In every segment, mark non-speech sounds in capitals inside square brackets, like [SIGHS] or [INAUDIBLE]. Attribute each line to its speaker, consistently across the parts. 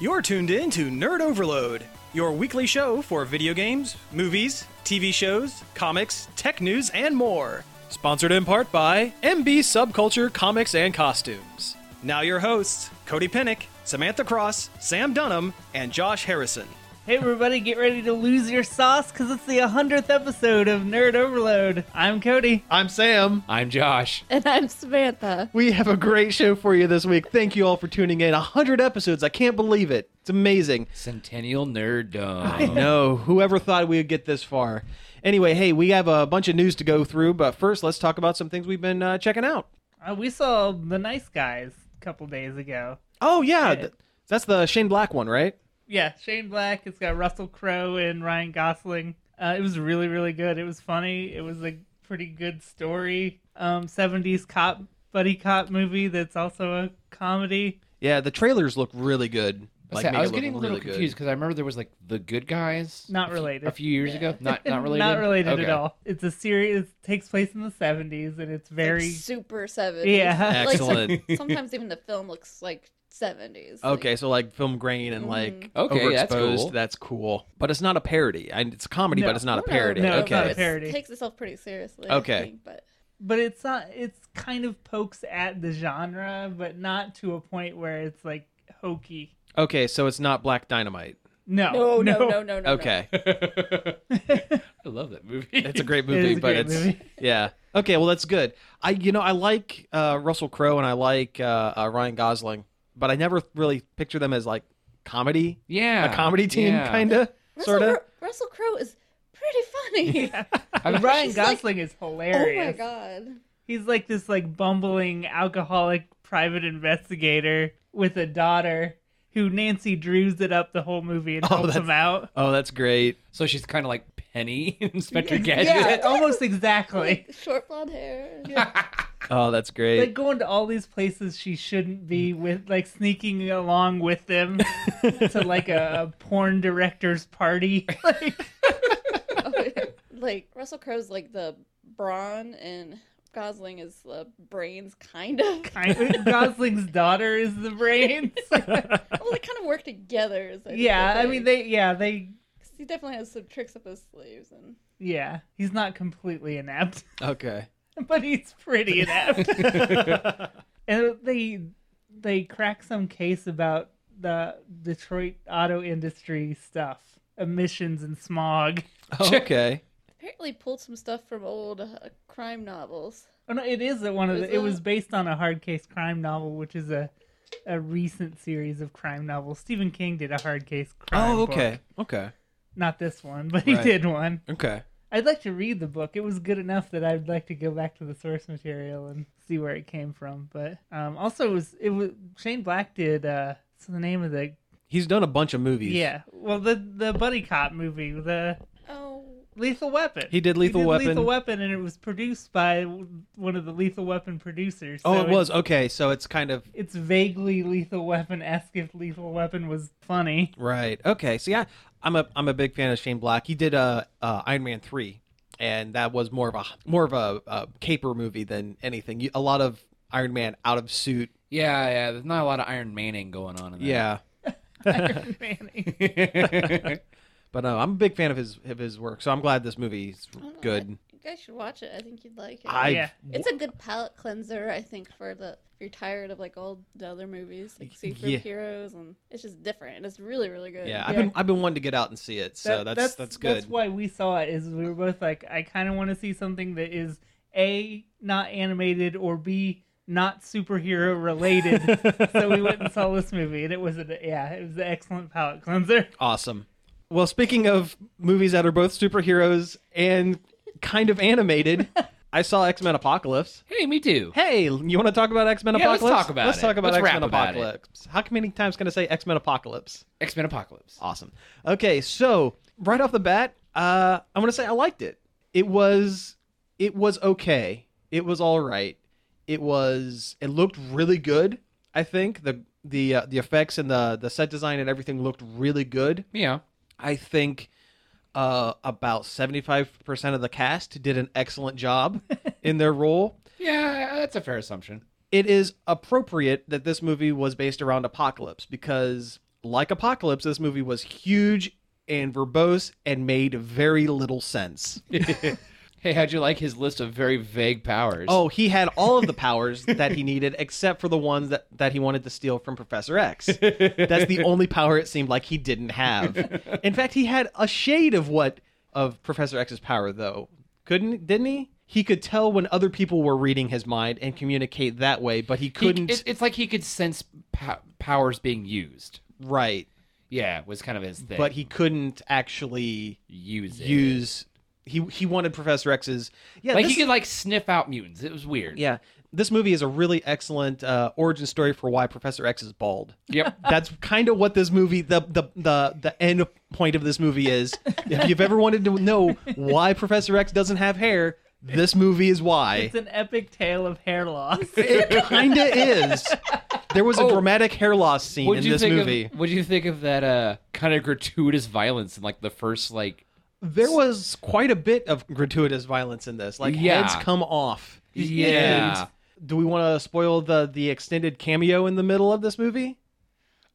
Speaker 1: You're tuned in to Nerd Overload, your weekly show for video games, movies, TV shows, comics, tech news, and more. Sponsored in part by MB Subculture Comics and Costumes. Now, your hosts, Cody Pinnick, Samantha Cross, Sam Dunham, and Josh Harrison.
Speaker 2: Hey everybody, get ready to lose your sauce because it's the 100th episode of Nerd Overload. I'm Cody.
Speaker 3: I'm Sam.
Speaker 4: I'm Josh.
Speaker 5: [LAUGHS] And I'm Samantha.
Speaker 3: We have a great show for you this week. Thank you all for tuning in. 100 episodes. I can't believe it. It's amazing.
Speaker 4: Centennial
Speaker 3: I
Speaker 4: nerddom.
Speaker 3: know. Whoever thought we would get this far? Anyway, hey, we have a bunch of news to go through, but first, let's talk about some things we've been uh, checking out.
Speaker 2: Uh, we saw The Nice Guys a couple days ago.
Speaker 3: Oh, yeah.
Speaker 2: Yeah.
Speaker 3: th- that's the Shane Black one, right?
Speaker 2: Yeah, Shane Black. It's got Russell Crowe and Ryan Gosling. Uh, it was really, really good. It was funny. It was a pretty good story. Um, 70s cop buddy cop movie that's also a comedy.
Speaker 3: Yeah, the trailers look really good.
Speaker 4: Like,
Speaker 3: make
Speaker 4: I
Speaker 3: it
Speaker 4: was
Speaker 3: look
Speaker 4: getting a little
Speaker 3: really good.
Speaker 4: confused because I remember there was like the good guys.
Speaker 2: Not
Speaker 4: a few-
Speaker 2: related.
Speaker 4: A few years ago. Not not related.
Speaker 2: [LAUGHS] Not related
Speaker 4: Okay.
Speaker 2: at all. It's a series. It takes place in the 70s and it's very.
Speaker 5: Like super 70s.
Speaker 2: Yeah.
Speaker 5: Like, some-
Speaker 3: Excellent.
Speaker 5: [LAUGHS] sometimes even the film looks like 70s. like-
Speaker 3: Okay, so like film grain and like
Speaker 4: Okay,
Speaker 3: overexposed.
Speaker 4: that's cool.
Speaker 3: That's cool. But it's not a parody. And it's a comedy,
Speaker 2: No.
Speaker 3: but it's not a
Speaker 5: No,
Speaker 3: parody.
Speaker 2: no,
Speaker 3: okay.
Speaker 2: not a
Speaker 5: it's-
Speaker 2: parody.
Speaker 5: takes itself pretty seriously.
Speaker 3: Okay.
Speaker 5: I think, but
Speaker 2: but it's not it's kind of pokes at the genre but not to a point where it's like hokey
Speaker 3: Okay, so it's not Black Dynamite.
Speaker 2: no
Speaker 5: no, no, no, no, no. no.
Speaker 3: Okay,
Speaker 4: [LAUGHS] I love that movie.
Speaker 3: it's a great
Speaker 2: is
Speaker 3: movie,
Speaker 2: a
Speaker 3: but
Speaker 2: great
Speaker 3: it's
Speaker 5: [LAUGHS]
Speaker 2: movie.
Speaker 3: yeah. Okay, well that's good. I you know I like uh, Russell Crowe and I like uh, uh, Ryan Gosling, but I never really picture them as like comedy,
Speaker 4: [LAUGHS] yeah.
Speaker 3: a comedy team
Speaker 4: yeah. [LAUGHS]
Speaker 3: kind of
Speaker 5: Russell,
Speaker 3: sort of.
Speaker 5: Cro- Russell Crowe is pretty funny. [LAUGHS]
Speaker 4: I mean,
Speaker 2: ryan
Speaker 5: She's like-
Speaker 2: gosling is
Speaker 5: oh
Speaker 2: hilarious
Speaker 5: my god.
Speaker 2: he's like this like bumbling alcoholic private investigator with a daughter who nancy drews it up the whole movie and
Speaker 3: Oh,
Speaker 2: helps
Speaker 3: that's-
Speaker 2: him out
Speaker 3: Oh, that's great.
Speaker 4: So she's kind of like Penny [LAUGHS] in Inspector
Speaker 2: [LAUGHS]
Speaker 4: Gadget.
Speaker 2: yeah almost
Speaker 5: [LAUGHS]
Speaker 2: exactly
Speaker 5: Like, short
Speaker 2: [LAUGHS]
Speaker 5: blonde hair. Yeah. [LAUGHS]
Speaker 3: Oh, that's great.
Speaker 2: like going to all these places she shouldn't be with like sneaking along with them to like a porn director's party [LAUGHS] like
Speaker 5: Oh, yeah. Like Russell Crowe's like the brawn and Gosling is the brains kind of.
Speaker 2: kind- Gosling's daughter is the brains. [LAUGHS]
Speaker 5: well, they kind of work together. Is I think,
Speaker 2: yeah,
Speaker 5: the
Speaker 2: I
Speaker 5: thing.
Speaker 2: mean they. Yeah, they.
Speaker 5: 'Cause he definitely has some tricks up his sleeves and
Speaker 2: Yeah, he's not completely inept, [LAUGHS]
Speaker 3: okay.
Speaker 2: but he's pretty inept. [LAUGHS] and they they crack some case about the Detroit auto industry stuff, emissions and smog.
Speaker 3: Oh, okay.
Speaker 5: apparently pulled some stuff from old uh, crime novels.
Speaker 2: Oh no, it is one of
Speaker 5: Is
Speaker 2: the. It was
Speaker 5: it?
Speaker 2: based on a hard case crime novel, which is a a recent series of crime novels. Stephen King did a hard case crime.
Speaker 3: Oh,
Speaker 2: book.
Speaker 3: okay. Okay.
Speaker 2: Not this one, but he
Speaker 3: Right.
Speaker 2: did one.
Speaker 3: Okay.
Speaker 2: I'd like to read the book. It was good enough that I'd like to go back to the source material and see where it came from. But um, also, it was it was Shane Black did. Uh, what's the name of the
Speaker 3: He's done a bunch of movies.
Speaker 2: yeah? Well, the the buddy cop movie, the
Speaker 5: Oh,
Speaker 2: Lethal Weapon.
Speaker 3: He did Lethal Weapon.
Speaker 2: Lethal Weapon, and it was produced by one of the Lethal Weapon producers.
Speaker 3: Oh,
Speaker 2: so
Speaker 3: it was okay. So it's kind of
Speaker 2: It's vaguely Lethal Weapon esque if Lethal Weapon was funny. [LAUGHS]
Speaker 3: Right. Okay. So yeah, I'm a I'm a big fan of Shane Black. He did uh, uh Iron Man three, and that was more of a more of a, uh caper movie than anything. You, a lot of Iron Man out of suit.
Speaker 4: yeah, yeah. There's not a lot of Iron Manning going on in
Speaker 3: Yeah.
Speaker 2: Iron Manning.
Speaker 4: that.
Speaker 3: But no, I'm a big fan of his of his work. So I'm glad this movie's
Speaker 5: I don't know.
Speaker 3: good.
Speaker 5: You guys should watch it. I think you'd like it.
Speaker 3: I
Speaker 2: Yeah.
Speaker 5: It's a good palate cleanser, I think, for the if you're tired of like all the other movies, like superheroes, and it's just different. And it's really, really good.
Speaker 3: yeah, I've been I've been wanting to get out and see it. So
Speaker 2: That-
Speaker 3: that's, that's good.
Speaker 2: That's why we saw it. Is we were both like, I kind of want to see something that is a not animated or b not superhero related. so we went and saw this movie, and it was a yeah, it was an excellent
Speaker 3: [LAUGHS]
Speaker 2: palate cleanser.
Speaker 3: Awesome. Well, speaking of movies that are both superheroes and kind of animated, I saw X Men Apocalypse.
Speaker 4: [LAUGHS] hey, me [LAUGHS] too.
Speaker 3: Hey, you want to talk about X Men
Speaker 4: Yeah, let's
Speaker 3: Apocalypse?
Speaker 4: talk about
Speaker 3: Let's
Speaker 4: it.
Speaker 3: talk about
Speaker 4: Let's
Speaker 3: X
Speaker 4: rap
Speaker 3: Men
Speaker 4: about it.
Speaker 3: Apocalypse. How many times can I say X Men Apocalypse?
Speaker 4: X Men Apocalypse.
Speaker 3: Awesome. Okay, so right off the bat, uh, I'm gonna say I liked it. It was, it was okay. It was all right. It was. It looked really good. I think the the uh, the effects and the the set design and everything looked really good.
Speaker 4: Yeah.
Speaker 3: I think uh, about 75% of the cast did an excellent
Speaker 4: [LAUGHS]
Speaker 3: job in their role.
Speaker 4: Yeah, that's a fair assumption.
Speaker 3: It is appropriate that this movie was based around Apocalypse because like Apocalypse, this movie was huge and verbose and made very little sense.
Speaker 4: hey, how'd you like his list of very vague powers?
Speaker 3: Oh, he had all of the powers that he needed except for the ones that, that he wanted to steal from Professor X. That's the only power it seemed like he didn't have. In fact, he had a shade of what of Professor X's power though. Couldn't didn't he? He could tell when other people were reading his mind and communicate that way, but he
Speaker 4: He-
Speaker 3: couldn't
Speaker 4: it's, it's like he could sense pow- powers being used.
Speaker 3: right.
Speaker 4: Yeah, was kind of his thing.
Speaker 3: But he couldn't actually
Speaker 4: use it.
Speaker 3: use he he wanted Professor X's yeah
Speaker 4: like
Speaker 3: this-
Speaker 4: he could like sniff out mutants. It was weird.
Speaker 3: yeah this movie is a really excellent uh, origin story for why Professor X is bald.
Speaker 4: Yep. [LAUGHS]
Speaker 3: That's kind of what this movie the the the the end point of this movie
Speaker 4: [LAUGHS]
Speaker 3: is. If you've ever wanted to know why Professor X doesn't have hair, this movie is why.
Speaker 2: It's an epic tale of hair loss.
Speaker 3: It
Speaker 4: [LAUGHS]
Speaker 3: kind of is. There was a
Speaker 4: Oh.
Speaker 3: dramatic hair loss scene [LAUGHS] in
Speaker 4: What'd you
Speaker 3: this
Speaker 4: think
Speaker 3: movie.
Speaker 4: Of, what'd you think of that uh, kind of gratuitous violence in like the first like?
Speaker 3: There was quite a bit of gratuitous violence in this. Like
Speaker 4: Yeah.
Speaker 3: heads come off. [LAUGHS]
Speaker 4: Yeah.
Speaker 3: Do we want to spoil the the extended cameo in the middle of this movie?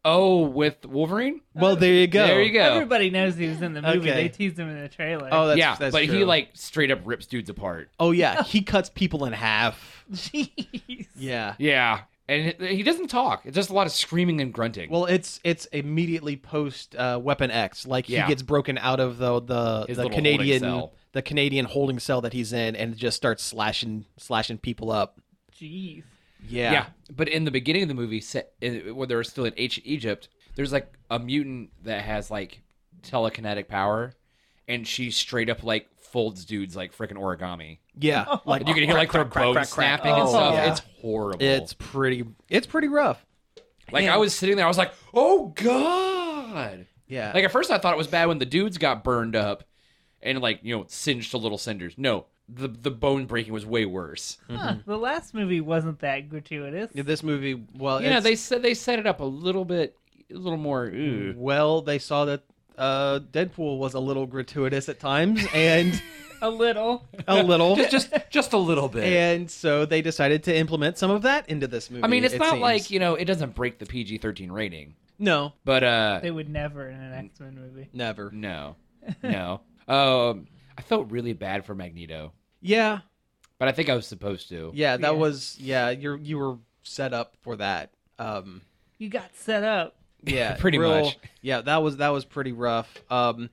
Speaker 4: Oh, with Wolverine.
Speaker 3: Well, there you go.
Speaker 4: There you go.
Speaker 2: Everybody knows he was in the movie.
Speaker 3: Okay.
Speaker 2: They teased him in the trailer.
Speaker 3: Oh, that's,
Speaker 4: yeah,
Speaker 3: that's
Speaker 4: but he
Speaker 3: true.
Speaker 4: like straight up rips dudes apart.
Speaker 3: Oh yeah, he cuts people in half.
Speaker 2: [LAUGHS] jeez.
Speaker 3: Yeah.
Speaker 4: Yeah, and he he doesn't talk. It's just a lot of screaming and grunting.
Speaker 3: Well, it's it's immediately post uh, Weapon X. Like
Speaker 4: Yeah.
Speaker 3: he gets broken out of the the,
Speaker 4: His
Speaker 3: the
Speaker 4: little holding
Speaker 3: Canadian
Speaker 4: cell.
Speaker 3: the Canadian holding cell that he's in, and just starts slashing slashing people up.
Speaker 2: Jeez.
Speaker 3: Yeah.
Speaker 4: yeah. But in the beginning of the movie, set in, when they were still in H- Egypt, there's like a mutant that has like telekinetic power, and she straight up like folds dudes like freaking origami.
Speaker 3: Yeah.
Speaker 4: [LAUGHS]
Speaker 3: Like
Speaker 4: And you can hear like their bones snapping and
Speaker 2: Oh,
Speaker 4: stuff.
Speaker 3: yeah.
Speaker 4: It's horrible.
Speaker 3: it's pretty it's pretty rough.
Speaker 4: like I was sitting there, I was like, oh god.
Speaker 3: Yeah.
Speaker 4: Like at first, I thought it was bad when the dudes got burned up and like you know singed to little cinders. No, the the bone breaking was way worse.
Speaker 3: Mm-hmm.
Speaker 2: Huh, The last movie wasn't that gratuitous.
Speaker 3: Yeah, this movie, well,
Speaker 4: Yeah,
Speaker 3: it's-
Speaker 4: they said they set it up a little bit, a little more. Ooh.
Speaker 3: well they saw that uh, Deadpool was a little gratuitous at times and
Speaker 2: A little.
Speaker 3: a little.
Speaker 4: just just just a little bit.
Speaker 3: and so they decided to implement some of that into this movie.
Speaker 4: I mean, it's
Speaker 3: it
Speaker 4: not
Speaker 3: seems.
Speaker 4: like you know it doesn't break the PG thirteen rating,
Speaker 3: no,
Speaker 4: but uh,
Speaker 2: They would never in an X Men movie.
Speaker 3: never.
Speaker 4: no, no. Um, I felt really bad for Magneto,
Speaker 3: Yeah,
Speaker 4: but I think I was supposed to.
Speaker 3: yeah, that
Speaker 2: Yeah.
Speaker 3: was yeah. You you were set up for that. Um,
Speaker 2: You got set up.
Speaker 3: yeah,
Speaker 4: [LAUGHS] Pretty
Speaker 3: real-
Speaker 4: much.
Speaker 3: Yeah, that was that was pretty rough. Um,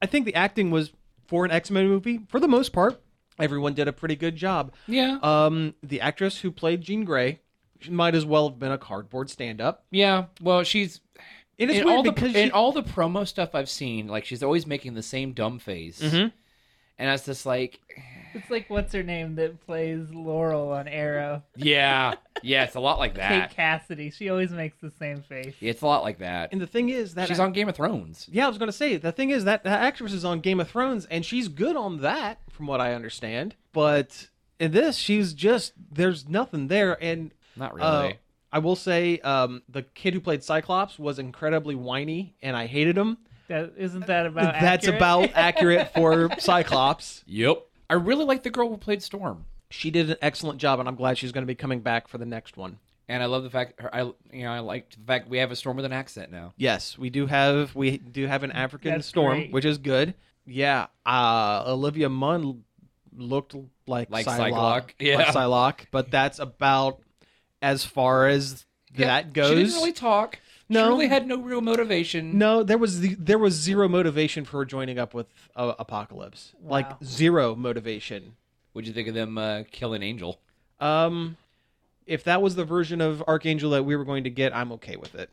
Speaker 3: I think the acting was for an X Men movie for the most part. Everyone did a pretty good job.
Speaker 4: yeah,
Speaker 3: Um, the actress who played Jean Grey she might as well have been a cardboard stand up.
Speaker 4: yeah. Well, she's
Speaker 3: It is
Speaker 4: in
Speaker 3: weird
Speaker 4: all the
Speaker 3: because
Speaker 4: in
Speaker 3: she-
Speaker 4: all the promo stuff I've seen, like she's always making the same dumb face,
Speaker 3: Mhm.
Speaker 4: and I was just like,
Speaker 2: It's like what's her name that plays Laurel on Arrow.
Speaker 4: yeah, yeah. It's a lot like that.
Speaker 2: Kate Cassidy. She always makes the same face.
Speaker 4: Yeah, It's a lot like that.
Speaker 3: and the thing is that
Speaker 4: She's on Game of Thrones.
Speaker 3: Yeah, I was gonna say the thing is that that actress is on Game of Thrones and she's good on that, from what I understand. But in this, she's just there's nothing there. And
Speaker 4: Not
Speaker 3: uh,
Speaker 4: really.
Speaker 3: I will say um, the kid who played Cyclops was incredibly whiny, and I hated him.
Speaker 2: That isn't that about?
Speaker 3: [LAUGHS] That's
Speaker 2: accurate?
Speaker 3: about accurate for Cyclops.
Speaker 4: yep. I really like the girl who played Storm.
Speaker 3: She did an excellent job, and I'm glad she's gonna be coming back for the next one.
Speaker 4: And I love the fact her, I you know I liked the fact we have a storm with an accent now.
Speaker 3: Yes, we do have we do have an African
Speaker 2: That's
Speaker 3: storm,
Speaker 2: great.
Speaker 3: which is good. Yeah, uh, Olivia Munn looked like
Speaker 4: Like
Speaker 3: Psylocke,
Speaker 4: Psylocke, yeah.
Speaker 3: like Psylocke, but that's about as far as that goes.
Speaker 4: She didn't really talk.
Speaker 3: No.
Speaker 4: She really had no real motivation.
Speaker 3: no, there was the, there was zero motivation for her joining up with uh, Apocalypse.
Speaker 2: Wow.
Speaker 3: Like zero motivation.
Speaker 4: What'd you think of them uh, killing Angel?
Speaker 3: Um, if that was the version of Archangel that we were going to get, I'm okay with it.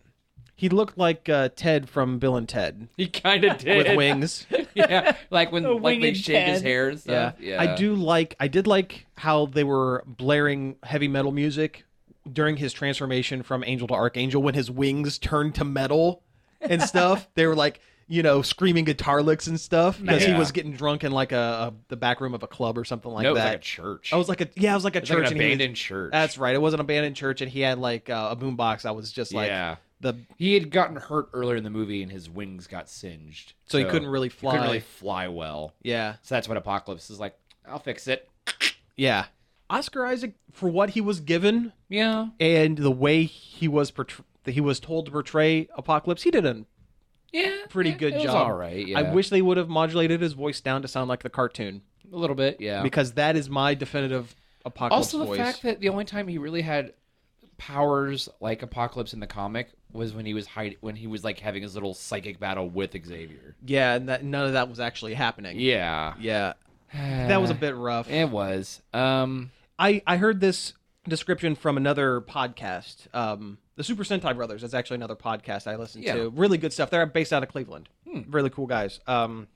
Speaker 3: He looked like uh, Ted from Bill and Ted
Speaker 4: [LAUGHS] He [LAUGHS] kind of did.
Speaker 3: with wings.
Speaker 4: yeah, [LAUGHS] like when
Speaker 2: A
Speaker 4: like they
Speaker 2: winged
Speaker 4: shake
Speaker 2: head.
Speaker 4: his hair and
Speaker 3: Yeah.
Speaker 4: stuff.
Speaker 3: I do like I did like how they were blaring heavy metal music during his transformation from angel to archangel when his wings turned to metal
Speaker 4: [LAUGHS]
Speaker 3: and stuff. they were like, you know, screaming guitar licks and stuff because he
Speaker 4: Yeah.
Speaker 3: was getting drunk in like a, a the back room of a club or something like
Speaker 4: no, it was
Speaker 3: that.
Speaker 4: like a church.
Speaker 3: I was like a yeah, I was like a
Speaker 4: It was
Speaker 3: church
Speaker 4: like an
Speaker 3: and he was-
Speaker 4: abandoned church.
Speaker 3: That's right. It was an abandoned church and he had like uh, a boombox. I was just like
Speaker 4: yeah.
Speaker 3: the
Speaker 4: He had gotten hurt earlier in the movie, and his wings got singed,
Speaker 3: So he couldn't really
Speaker 4: He
Speaker 3: fly.
Speaker 4: couldn't really fly well.
Speaker 3: yeah.
Speaker 4: So that's when Apocalypse is like, "I'll fix it."
Speaker 3: Yeah. Oscar Isaac for what he was given
Speaker 4: Yeah,
Speaker 3: and the way he was portr that he was told to portray Apocalypse, he did a
Speaker 4: Yeah,
Speaker 3: pretty
Speaker 4: yeah,
Speaker 3: good
Speaker 4: it was
Speaker 3: job.
Speaker 4: all right. Yeah,
Speaker 3: I wish they would have modulated his voice down to sound like the cartoon
Speaker 4: a little bit. Yeah.
Speaker 3: because that is my definitive Apocalypse
Speaker 4: also, the
Speaker 3: voice.
Speaker 4: fact that the only time he really had powers like Apocalypse in the comic was when he was hide when he was like having his little psychic battle with Xavier.
Speaker 3: yeah, and that none of that was actually happening.
Speaker 4: Yeah,
Speaker 3: Yeah. That was a bit rough.
Speaker 4: [SIGHS] It was. Um,
Speaker 3: I, I heard this description from another podcast. Um, the Super Sentai Brothers. That's actually another podcast I listen
Speaker 4: Yeah. Hmm.
Speaker 3: to. Really good stuff. They're based out of Cleveland. Really cool guys. Um,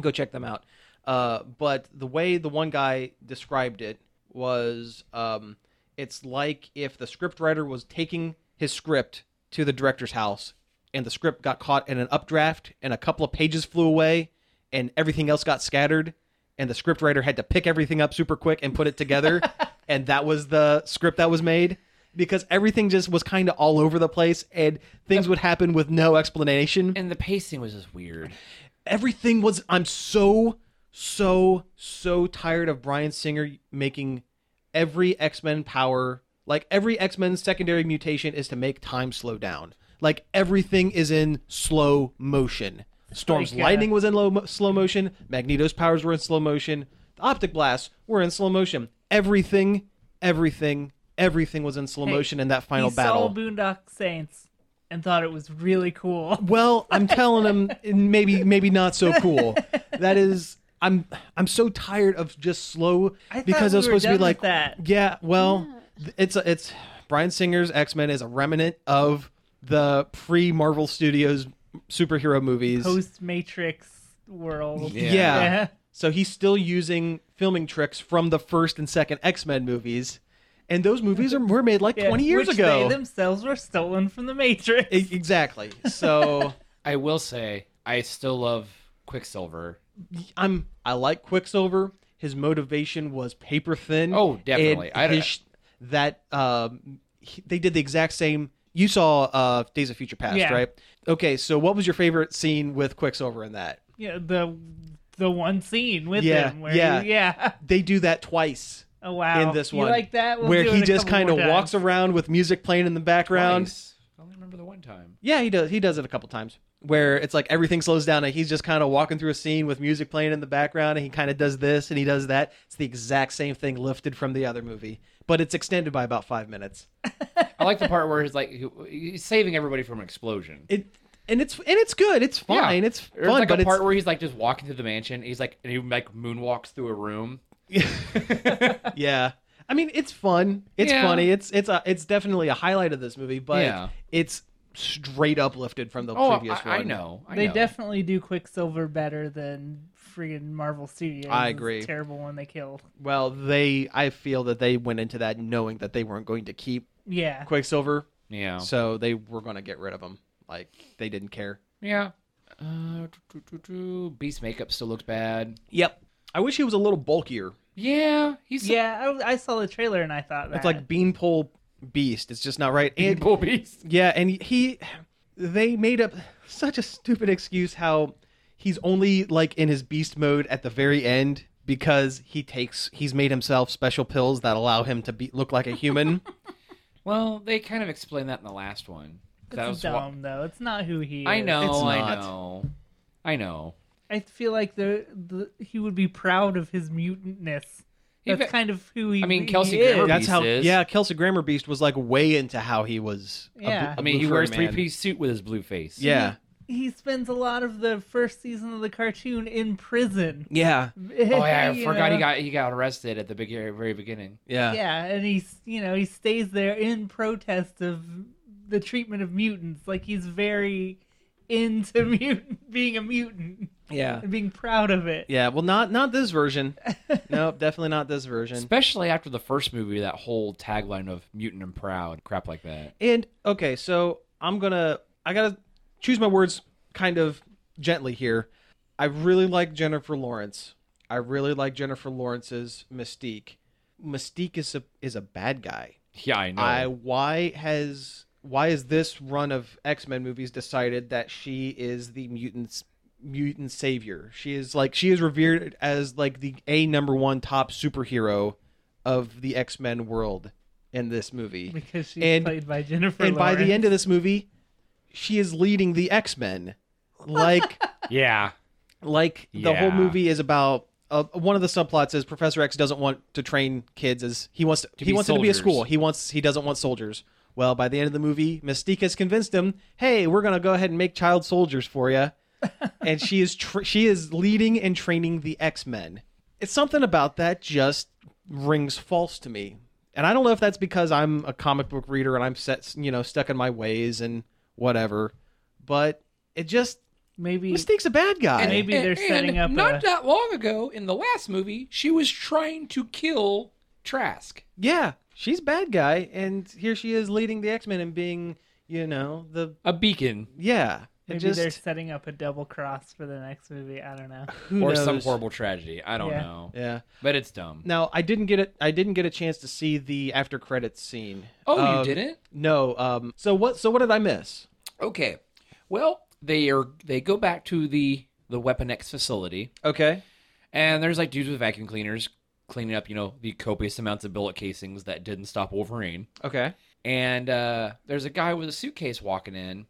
Speaker 3: go check them out. Uh, but the way the one guy described it was, um, it's like if the scriptwriter was taking his script to the director's house, and the script got caught in an updraft, and a couple of pages flew away, and everything else got scattered, and the scriptwriter had to pick everything up super quick and put it together, and that was the script that was made. Because everything just was kind of all over the place, and things would happen with no explanation
Speaker 4: and the pacing was just weird.
Speaker 3: everything was i'm so so so tired of brian singer making every x-men power like every x-men secondary mutation is to make time slow down like everything is in slow motion storm's
Speaker 2: Like, uh,
Speaker 3: lightning was in low mo- slow motion magneto's powers were in slow motion the optic blasts were in slow motion everything everything everything was in slow
Speaker 2: Hey,
Speaker 3: motion in that final
Speaker 2: he
Speaker 3: battle
Speaker 2: saw Boondock Saints and thought it was really cool. [LAUGHS]
Speaker 3: well, I'm telling him maybe maybe not so cool. That is I'm I'm so tired of just slow
Speaker 2: I thought
Speaker 3: because I was
Speaker 2: we were
Speaker 3: supposed to be
Speaker 2: done with
Speaker 3: like
Speaker 2: that.
Speaker 3: yeah, well, th- it's a, it's Brian Singer's X-Men is a remnant of the pre-Marvel Studios superhero movies.
Speaker 2: Post Matrix world.
Speaker 4: Yeah.
Speaker 3: Yeah.
Speaker 2: Yeah.
Speaker 3: So he's still using filming tricks from the first and second X-Men movies. And those movies are, were made like
Speaker 2: Yeah,
Speaker 3: 20 years
Speaker 2: which
Speaker 3: ago.
Speaker 2: They themselves were stolen from the Matrix.
Speaker 3: E- exactly. So
Speaker 4: I will say, I still love Quicksilver.
Speaker 3: I'm I like Quicksilver. His motivation was paper thin.
Speaker 4: Oh, definitely.
Speaker 3: And
Speaker 4: I-
Speaker 3: his- that um, he- they did the exact same. You saw uh, Days of Future Past,
Speaker 2: Yeah.
Speaker 3: right? Okay, so what was your favorite scene with Quicksilver in that?
Speaker 2: yeah, the the one scene with
Speaker 3: Yeah,
Speaker 2: him where
Speaker 3: yeah.
Speaker 2: yeah. [LAUGHS]
Speaker 3: They do that twice
Speaker 2: Oh wow.
Speaker 3: in this
Speaker 2: You
Speaker 3: one,
Speaker 2: like that? We'll
Speaker 3: where
Speaker 2: do
Speaker 3: he
Speaker 2: it a
Speaker 3: just
Speaker 2: couple
Speaker 3: kind of
Speaker 2: more times.
Speaker 3: walks around with music playing in the background.
Speaker 4: Nice. I only remember the one time.
Speaker 3: Yeah, he does. He does it a couple times where it's like everything slows down and he's just kind of walking through a scene with music playing in the background and he kind of does this and he does that. It's the exact same thing lifted from the other movie, but it's extended by about five minutes.
Speaker 4: I like the part where he's like he- he's saving everybody from an explosion.
Speaker 3: It and it's and it's good. It's fine.
Speaker 4: Yeah.
Speaker 3: It's
Speaker 4: There's
Speaker 3: fun,
Speaker 4: like
Speaker 3: but
Speaker 4: a part
Speaker 3: it's
Speaker 4: where he's like just walking through the mansion. He's like and he like moonwalks through a
Speaker 3: [LAUGHS]
Speaker 4: room.
Speaker 3: yeah. I mean, it's fun. It's
Speaker 4: Yeah.
Speaker 3: funny. It's it's a, it's definitely a highlight of this movie, but
Speaker 4: Yeah.
Speaker 3: it's straight up lifted from the
Speaker 4: Oh,
Speaker 3: previous
Speaker 4: I, I
Speaker 3: one.
Speaker 4: know. I
Speaker 2: They
Speaker 4: know.
Speaker 2: definitely do Quicksilver better than friggin' Marvel Studios.
Speaker 3: I
Speaker 2: It's
Speaker 3: agree.
Speaker 2: terrible one they killed.
Speaker 3: Well, they I feel that they went into that knowing that they weren't going to keep
Speaker 2: Yeah.
Speaker 3: Quicksilver
Speaker 4: Yeah.
Speaker 3: So they were going to get rid of him. Like they didn't care.
Speaker 4: Yeah. Uh, doo- doo- doo- doo. Beast makeup still looks bad.
Speaker 3: Yep. I wish he was a little bulkier.
Speaker 4: Yeah, he's
Speaker 2: Yeah, I, I saw the trailer and I thought that.
Speaker 3: It's like Beanpole Beast. It's just not right. And
Speaker 4: Bull Beast.
Speaker 3: yeah, and he they made up [LAUGHS] such a stupid excuse how he's only like in his beast mode at the very end because he takes he's made himself special pills that allow him to be look like a
Speaker 4: [LAUGHS]
Speaker 3: human.
Speaker 4: Well, they kind of explained that in the last one.
Speaker 2: it's
Speaker 4: that was wha-
Speaker 2: dumb though. It's not who he is.
Speaker 4: I know,
Speaker 3: It's
Speaker 4: I
Speaker 3: not.
Speaker 4: know, I know.
Speaker 2: I feel like the, the he would be proud of his mutantness.
Speaker 4: He
Speaker 2: That's
Speaker 4: bet-
Speaker 2: kind of who he.
Speaker 4: I mean,
Speaker 2: he
Speaker 4: Kelsey
Speaker 2: is.
Speaker 4: Grammer-
Speaker 3: That's
Speaker 4: Beast
Speaker 3: how
Speaker 4: is.
Speaker 3: yeah, Kelsey Grammer Beast was like way into how he was a bl-
Speaker 2: Yeah.
Speaker 3: a
Speaker 4: I mean, he
Speaker 3: blue
Speaker 4: wears
Speaker 3: furry man.
Speaker 4: three piece suit with his blue face.
Speaker 3: Yeah.
Speaker 2: He spends a lot of the first season of the cartoon in prison.
Speaker 3: Yeah.
Speaker 4: [LAUGHS] Oh
Speaker 2: [LAUGHS]
Speaker 4: yeah, I forgot
Speaker 2: uh,
Speaker 4: he got he got arrested at the big, very beginning.
Speaker 3: Yeah.
Speaker 2: Yeah, and he's you know he stays there in protest of the treatment of mutants. Like he's very into [LAUGHS] mutant being a mutant
Speaker 3: Yeah.
Speaker 2: and being proud of it.
Speaker 3: Yeah, well, not not this version. no, definitely not this version.
Speaker 4: Especially after the first movie, that whole tagline of "mutant and proud" crap like that.
Speaker 3: And okay, so I'm gonna I gotta choose my words kind of gently here. I really like Jennifer Lawrence. I really like Jennifer Lawrence's Mystique. Mystique is a is a bad guy.
Speaker 4: Yeah, I know.
Speaker 3: I why has why is this run of X Men movies decided that she is the mutants mutant savior? She is like she is revered as like the a number one top superhero of the X Men world, in this movie.
Speaker 2: because she's
Speaker 3: And-
Speaker 2: played by Jennifer.
Speaker 3: and by the
Speaker 2: Lawrence.
Speaker 3: end of this movie, she is leading the X Men. Like,
Speaker 4: Yeah.
Speaker 3: like the whole
Speaker 4: Yeah.
Speaker 3: movie is about. Uh, one of the subplots is Professor X doesn't want to train kids as he wants to, he
Speaker 4: be
Speaker 3: wants it to be a
Speaker 4: soldiers.
Speaker 3: school. He wants he doesn't want soldiers. Well, by the end of the movie, Mystique has convinced him, "Hey, we're gonna go ahead and make child soldiers for you," and she is tr she is leading and training the X Men. It's something about that just rings false to me, and I don't know if that's because I'm a comic book reader and I'm set you know stuck in my ways and whatever, but it just
Speaker 2: maybe
Speaker 3: Mystique's a bad guy.
Speaker 2: And maybe they're setting up
Speaker 4: Not
Speaker 2: a-
Speaker 4: that long ago in the last movie, she was trying to kill Trask.
Speaker 3: Yeah, she's bad guy, and here she is leading the X Men and being, you know, the
Speaker 4: A beacon.
Speaker 3: yeah. It
Speaker 2: maybe
Speaker 3: just-
Speaker 2: they're setting up a double cross for the next movie. I don't know.
Speaker 3: who
Speaker 4: or some
Speaker 3: knows?
Speaker 4: horrible tragedy. I don't
Speaker 2: Yeah.
Speaker 4: know.
Speaker 3: Yeah.
Speaker 4: But it's dumb.
Speaker 3: Now I didn't get it. I didn't get a chance to see the after credits scene.
Speaker 4: Oh,
Speaker 3: Um,
Speaker 4: you didn't?
Speaker 3: No. Um. So what? So what did I miss?
Speaker 4: Okay. Well, they are they go back to the the Weapon X facility
Speaker 3: Okay.
Speaker 4: and there's like dudes with vacuum cleaners cleaning up, you know, the copious amounts of bullet casings that didn't stop Wolverine.
Speaker 3: Okay.
Speaker 4: and uh, there's a guy with a suitcase walking in,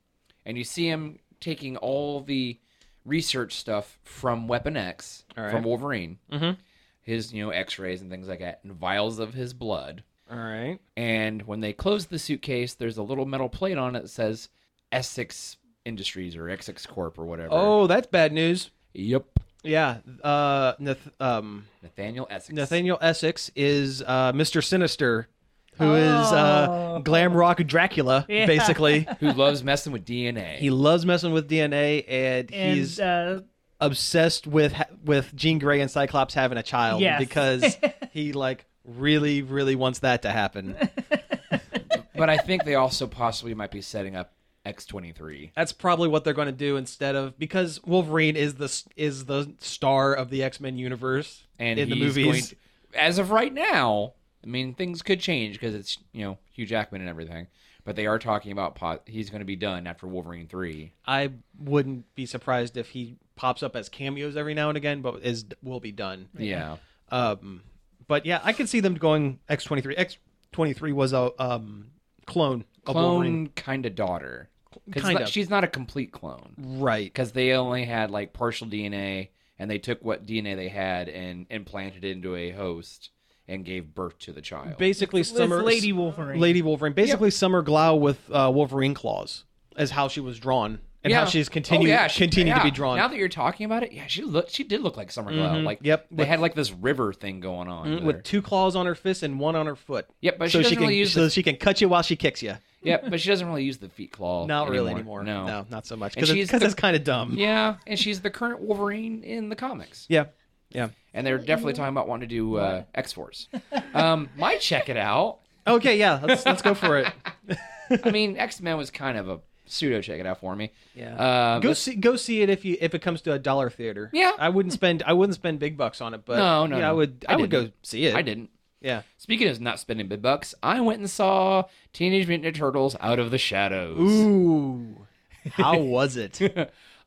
Speaker 4: and you see him taking all the research stuff from Weapon X,
Speaker 3: All right.
Speaker 4: from Wolverine,
Speaker 3: Mhm.
Speaker 4: his you know X-rays and things like that, and vials of his blood.
Speaker 3: All right.
Speaker 4: And when they close the suitcase, there's a little metal plate on it that says Essex Industries or Essex Corp or whatever.
Speaker 3: Oh, that's bad news.
Speaker 4: yep,
Speaker 3: Yeah. Uh. Nath- um.
Speaker 4: Nathaniel Essex.
Speaker 3: Nathaniel Essex is uh Mr. Sinister, who is uh
Speaker 2: Oh.
Speaker 3: glam rock Dracula
Speaker 2: Yeah.
Speaker 3: basically. [LAUGHS]
Speaker 4: who loves messing with DNA.
Speaker 3: He loves messing with DNA, and,
Speaker 2: And
Speaker 3: he's
Speaker 2: uh,
Speaker 3: obsessed with ha- with Jean Grey and Cyclops having a child
Speaker 2: Yes. [LAUGHS]
Speaker 3: because he like really really wants that to happen.
Speaker 4: but I think they also possibly might be setting up X23.
Speaker 3: That's probably what they're going to do instead of because Wolverine is the s- is the star of the X Men universe
Speaker 4: and
Speaker 3: in the
Speaker 4: he's
Speaker 3: movies.
Speaker 4: going to- as of right now, I mean, things could change because it's you know Hugh Jackman and everything. But they are talking about pot. He's going to be done after Wolverine three.
Speaker 3: I wouldn't be surprised if he pops up as cameos every now and again, but is will be done.
Speaker 4: Yeah,
Speaker 3: Um, but yeah, I could see them going X twenty three. X twenty three was a um clone, of Wolverine.
Speaker 4: clone kind of daughter. 'Cause
Speaker 3: Kind
Speaker 4: not-
Speaker 3: of.
Speaker 4: she's not a complete clone
Speaker 3: right?
Speaker 4: because they only had like partial DNA, and they took what DNA they had and implanted it into a host and gave birth to the child.
Speaker 3: Basically,
Speaker 2: this
Speaker 3: Summer
Speaker 2: Lady Wolverine.
Speaker 3: Lady Wolverine. Basically, Summer Glau with uh, Wolverine claws is how she was drawn and how she's continued
Speaker 4: Oh, yeah, she-
Speaker 3: continued to
Speaker 4: yeah.
Speaker 3: be drawn. Mm-hmm.
Speaker 4: Now that you're talking about it, yeah, she looked. She did look like Summer Glau. Like,
Speaker 3: Yep.
Speaker 4: they
Speaker 3: With-
Speaker 4: had like this river thing going on
Speaker 3: Mm,
Speaker 4: with her.
Speaker 3: with two claws on her fist and one on her foot.
Speaker 4: Yep, but
Speaker 3: so
Speaker 4: she
Speaker 3: she
Speaker 4: doesn't
Speaker 3: can
Speaker 4: really use
Speaker 3: so
Speaker 4: the
Speaker 3: she can cut you while she kicks you.
Speaker 4: yeah, but she doesn't really use the feet claw.
Speaker 3: Not really anymore.
Speaker 4: No.
Speaker 3: not so much
Speaker 4: And
Speaker 3: because
Speaker 4: she's
Speaker 3: because
Speaker 4: the-
Speaker 3: it's kind of dumb.
Speaker 4: Yeah, and she's the current Wolverine in the comics,
Speaker 3: Yeah, yeah.
Speaker 4: and they're definitely talking about wanting to do uh, X Force. Um, my check it out.
Speaker 3: Okay, yeah. Let's let's go for it.
Speaker 4: [LAUGHS] I mean, [LAUGHS] X Men was kind of a pseudo check it out for me.
Speaker 3: Yeah.
Speaker 4: Uh,
Speaker 3: go
Speaker 4: this-
Speaker 3: see go see it if you if it comes to a dollar theater.
Speaker 4: Yeah.
Speaker 3: I wouldn't spend I wouldn't spend big bucks on it, but
Speaker 4: No, no,
Speaker 3: yeah, I
Speaker 4: no.
Speaker 3: would I,
Speaker 4: I
Speaker 3: would go
Speaker 4: didn't.
Speaker 3: see it.
Speaker 4: I didn't.
Speaker 3: Yeah.
Speaker 4: Speaking of not spending big bucks, I went and saw Teenage Mutant Ninja Turtles: Out of the Shadows.
Speaker 3: Ooh. How was it?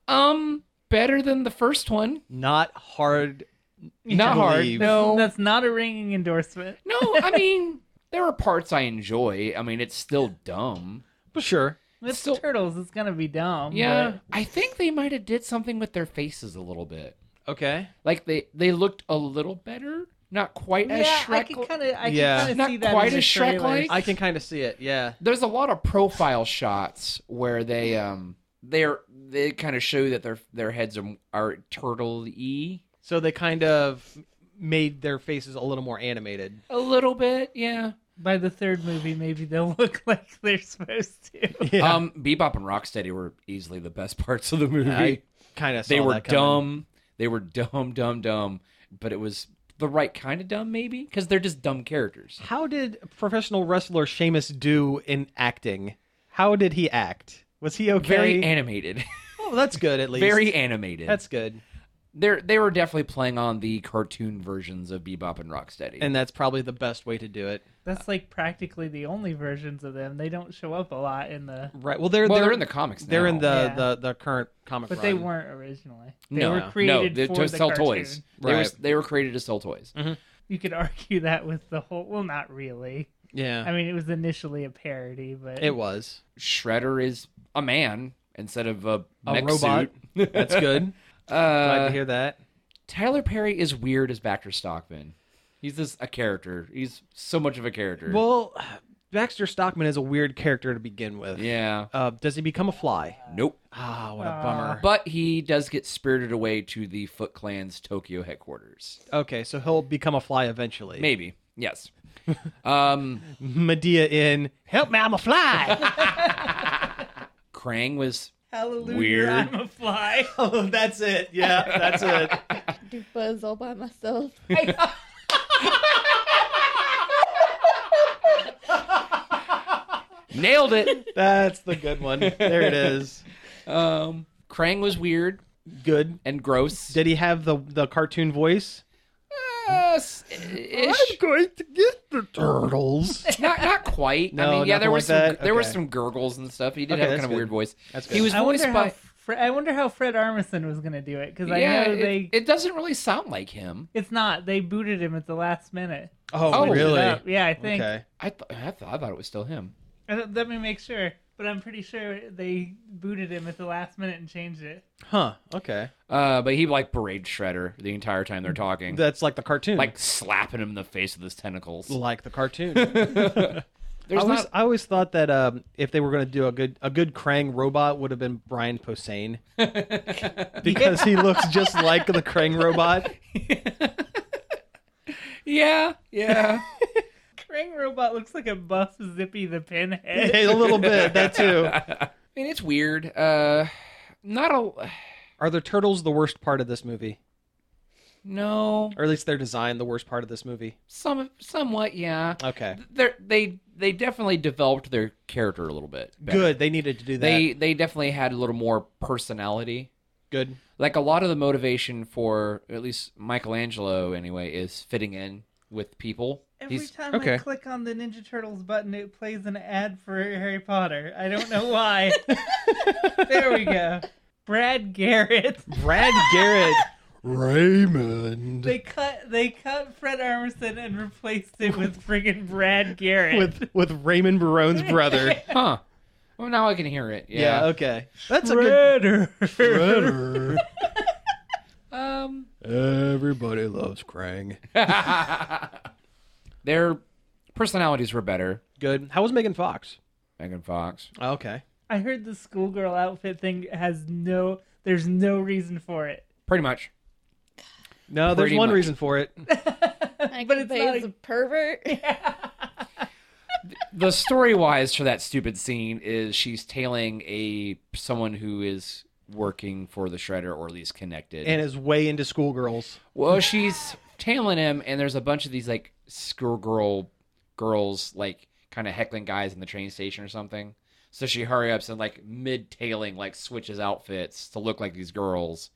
Speaker 4: Um, better than the first one.
Speaker 3: Not hard.
Speaker 4: Not hard.
Speaker 3: believe.
Speaker 4: No,
Speaker 2: That's not a ringing endorsement.
Speaker 4: no. I mean, [LAUGHS] there are parts I enjoy. I mean, it's still dumb.
Speaker 3: But sure.
Speaker 2: It's
Speaker 4: Still-
Speaker 2: turtles. It's gonna be dumb.
Speaker 4: Yeah, I think they might have did something with their faces a little bit.
Speaker 3: Okay.
Speaker 4: Like they they looked a little better, not quite
Speaker 2: but-
Speaker 4: as
Speaker 2: yeah. I
Speaker 4: Shrek.
Speaker 2: can kind of. I
Speaker 3: Yeah.
Speaker 2: can kind of
Speaker 4: Not
Speaker 2: see that.
Speaker 4: quite
Speaker 2: in the
Speaker 4: as Shrek-like.
Speaker 2: trailers.
Speaker 3: I can kind of see it. Yeah.
Speaker 4: There's a lot of profile shots where they um they're they kind of show that their their heads are are turtle y
Speaker 3: So they kind of made their faces a little more animated.
Speaker 4: a little bit, yeah.
Speaker 2: By the third movie, maybe they'll [LAUGHS] look like they're supposed to.
Speaker 4: Um, Bebop and Rocksteady were easily the best [LAUGHS] parts of the movie.
Speaker 3: I kind of
Speaker 4: they were dumb. They were dumb, dumb, dumb. But it was the right kind of dumb, maybe, because they're just dumb characters.
Speaker 3: How did professional wrestler Sheamus do in acting? How did he act? Was he okay?
Speaker 4: Very animated. [LAUGHS]
Speaker 3: oh, that's good at least.
Speaker 4: Very animated.
Speaker 3: That's good.
Speaker 4: they're they were definitely playing on the cartoon versions of Bebop and Rocksteady.
Speaker 3: And that's probably the best way to do it.
Speaker 2: That's like practically the only versions of them. They don't show up a lot in the.
Speaker 3: Right. Well, they're
Speaker 4: well,
Speaker 3: they're,
Speaker 4: they're, in the comics.
Speaker 3: they're in the,
Speaker 4: now.
Speaker 2: Yeah.
Speaker 3: the, the current comic
Speaker 2: But
Speaker 3: run.
Speaker 2: they weren't originally. They
Speaker 4: no,
Speaker 2: were created
Speaker 4: no, they-
Speaker 2: for
Speaker 4: to
Speaker 2: the
Speaker 4: sell
Speaker 2: cartoon.
Speaker 4: toys. They were
Speaker 3: Right.
Speaker 4: they were created to sell toys.
Speaker 2: [LAUGHS] You could argue that with the whole. Well, not really.
Speaker 3: Yeah,
Speaker 2: I mean, it was initially a parody, but
Speaker 3: it was.
Speaker 4: Shredder is a man instead of a,
Speaker 3: A
Speaker 4: mech
Speaker 3: robot.
Speaker 4: suit.
Speaker 3: [LAUGHS] That's good. Glad
Speaker 4: [LAUGHS] uh,
Speaker 3: to hear that.
Speaker 4: Tyler Perry is weird as Baxter Stockman. He's just a character. He's so much of a character.
Speaker 3: Well, Baxter Stockman is a weird character to begin with.
Speaker 4: yeah.
Speaker 3: Uh, does he become a fly?
Speaker 4: Nope.
Speaker 3: Ah, what a
Speaker 2: Ah.
Speaker 3: bummer.
Speaker 4: But he does get spirited away to the Foot Clan's Tokyo headquarters.
Speaker 3: okay, so he'll become a fly eventually.
Speaker 4: Maybe. Yes. Um,
Speaker 3: [LAUGHS] Medea in Help me, I'm a fly.
Speaker 4: Krang was
Speaker 2: hallelujah,
Speaker 4: Weird.
Speaker 2: I'm a fly.
Speaker 3: [LAUGHS] oh, that's it. Yeah, that's it.
Speaker 5: do buzz all by myself.
Speaker 4: nailed it.
Speaker 3: [LAUGHS] That's the good one. There it is.
Speaker 4: Um, Krang was weird
Speaker 3: Good.
Speaker 4: and gross.
Speaker 3: Did he have the the cartoon voice?
Speaker 4: Uh, s- ish.
Speaker 3: going to get the turtles.
Speaker 4: Not, not quite.
Speaker 3: No,
Speaker 4: I mean, yeah,
Speaker 3: nothing
Speaker 4: there were
Speaker 3: like
Speaker 4: some
Speaker 3: that?
Speaker 4: there were
Speaker 3: Okay.
Speaker 4: some gurgles and stuff. He did
Speaker 3: Okay,
Speaker 4: have
Speaker 3: that's
Speaker 4: kind of
Speaker 3: good.
Speaker 4: a weird voice.
Speaker 3: That's
Speaker 4: He
Speaker 3: good.
Speaker 4: was
Speaker 2: I wonder
Speaker 4: voiced by
Speaker 2: how. Fre- I wonder how Fred Armisen was gonna do it because I
Speaker 4: yeah,
Speaker 2: know
Speaker 4: it,
Speaker 2: they.
Speaker 4: it doesn't really sound like him.
Speaker 2: It's not. They booted him at the last minute.
Speaker 3: Oh,
Speaker 4: Oh,
Speaker 3: really?
Speaker 2: Uh, yeah, I think.
Speaker 3: Okay.
Speaker 4: I th- I, th- I thought it was still him.
Speaker 2: I don't- Let me make sure, but I'm pretty sure they booted him at the last minute and changed it.
Speaker 3: Huh. Okay.
Speaker 4: Uh, but he like parade Shredder the entire time they're talking,
Speaker 3: That's like the cartoon.
Speaker 4: like slapping him in the face with his tentacles.
Speaker 3: like the cartoon. I
Speaker 4: There's
Speaker 3: always,
Speaker 4: not
Speaker 3: I always thought that um, if they were going to do a good a good Krang robot would have been Brian
Speaker 4: [LAUGHS]
Speaker 3: Posehn because he looks just like the Krang
Speaker 4: [LAUGHS]
Speaker 3: robot.
Speaker 4: yeah yeah.
Speaker 2: Krang robot looks like a buff Zippy the
Speaker 3: [LAUGHS]
Speaker 2: Pinhead.
Speaker 3: Hey, a little bit that too.
Speaker 4: I mean, it's weird. Uh, not a
Speaker 3: Are the turtles the worst part of this movie,
Speaker 4: no.
Speaker 3: or at least their design the worst part of this movie?
Speaker 4: Some somewhat yeah.
Speaker 3: Okay,
Speaker 4: They're, they they definitely developed their character a little bit. better.
Speaker 3: good. They needed to do that.
Speaker 4: They they definitely had a little more personality.
Speaker 3: good.
Speaker 4: Like a lot of the motivation for at least Michelangelo anyway is fitting in with people.
Speaker 2: Every
Speaker 4: He's-
Speaker 2: time
Speaker 3: okay.
Speaker 2: I click on the Ninja Turtles button, it plays an ad for Harry Potter. I don't
Speaker 3: [LAUGHS]
Speaker 2: know why. there we go. Brad Garrett.
Speaker 3: Brad
Speaker 4: [LAUGHS]
Speaker 3: Garrett, Raymond,
Speaker 2: They cut. They cut Fred Armisen and replaced it with friggin' Brad Garrett. [LAUGHS]
Speaker 3: with with Raymond Barone's
Speaker 4: [LAUGHS]
Speaker 3: brother.
Speaker 4: Huh. Well, now I can hear it.
Speaker 3: Yeah.
Speaker 4: Yeah.
Speaker 3: okay. That's
Speaker 2: Shredder.
Speaker 3: a good.
Speaker 4: Um.
Speaker 3: [LAUGHS] Everybody loves Krang.
Speaker 4: Their personalities were better.
Speaker 3: Good. How was Megan Fox?
Speaker 4: Megan Fox.
Speaker 3: Okay.
Speaker 2: I heard the schoolgirl outfit thing has no. There's no reason for it.
Speaker 4: Pretty much.
Speaker 3: No, there's
Speaker 4: Pretty
Speaker 3: one
Speaker 4: much.
Speaker 3: reason for
Speaker 4: [LAUGHS]
Speaker 3: it.
Speaker 5: but
Speaker 2: it's
Speaker 5: it's
Speaker 2: not
Speaker 5: a pervert. [LAUGHS]
Speaker 4: The story wise for that stupid scene is she's tailing a someone who is working for the shredder or at least connected.
Speaker 3: and is way into schoolgirls.
Speaker 4: Well, she's tailing him, and there's a bunch of these like schoolgirl girls, like kind of heckling guys in the train station or something. So she hurry ups and like mid tailing, like switches outfits to look like these girls,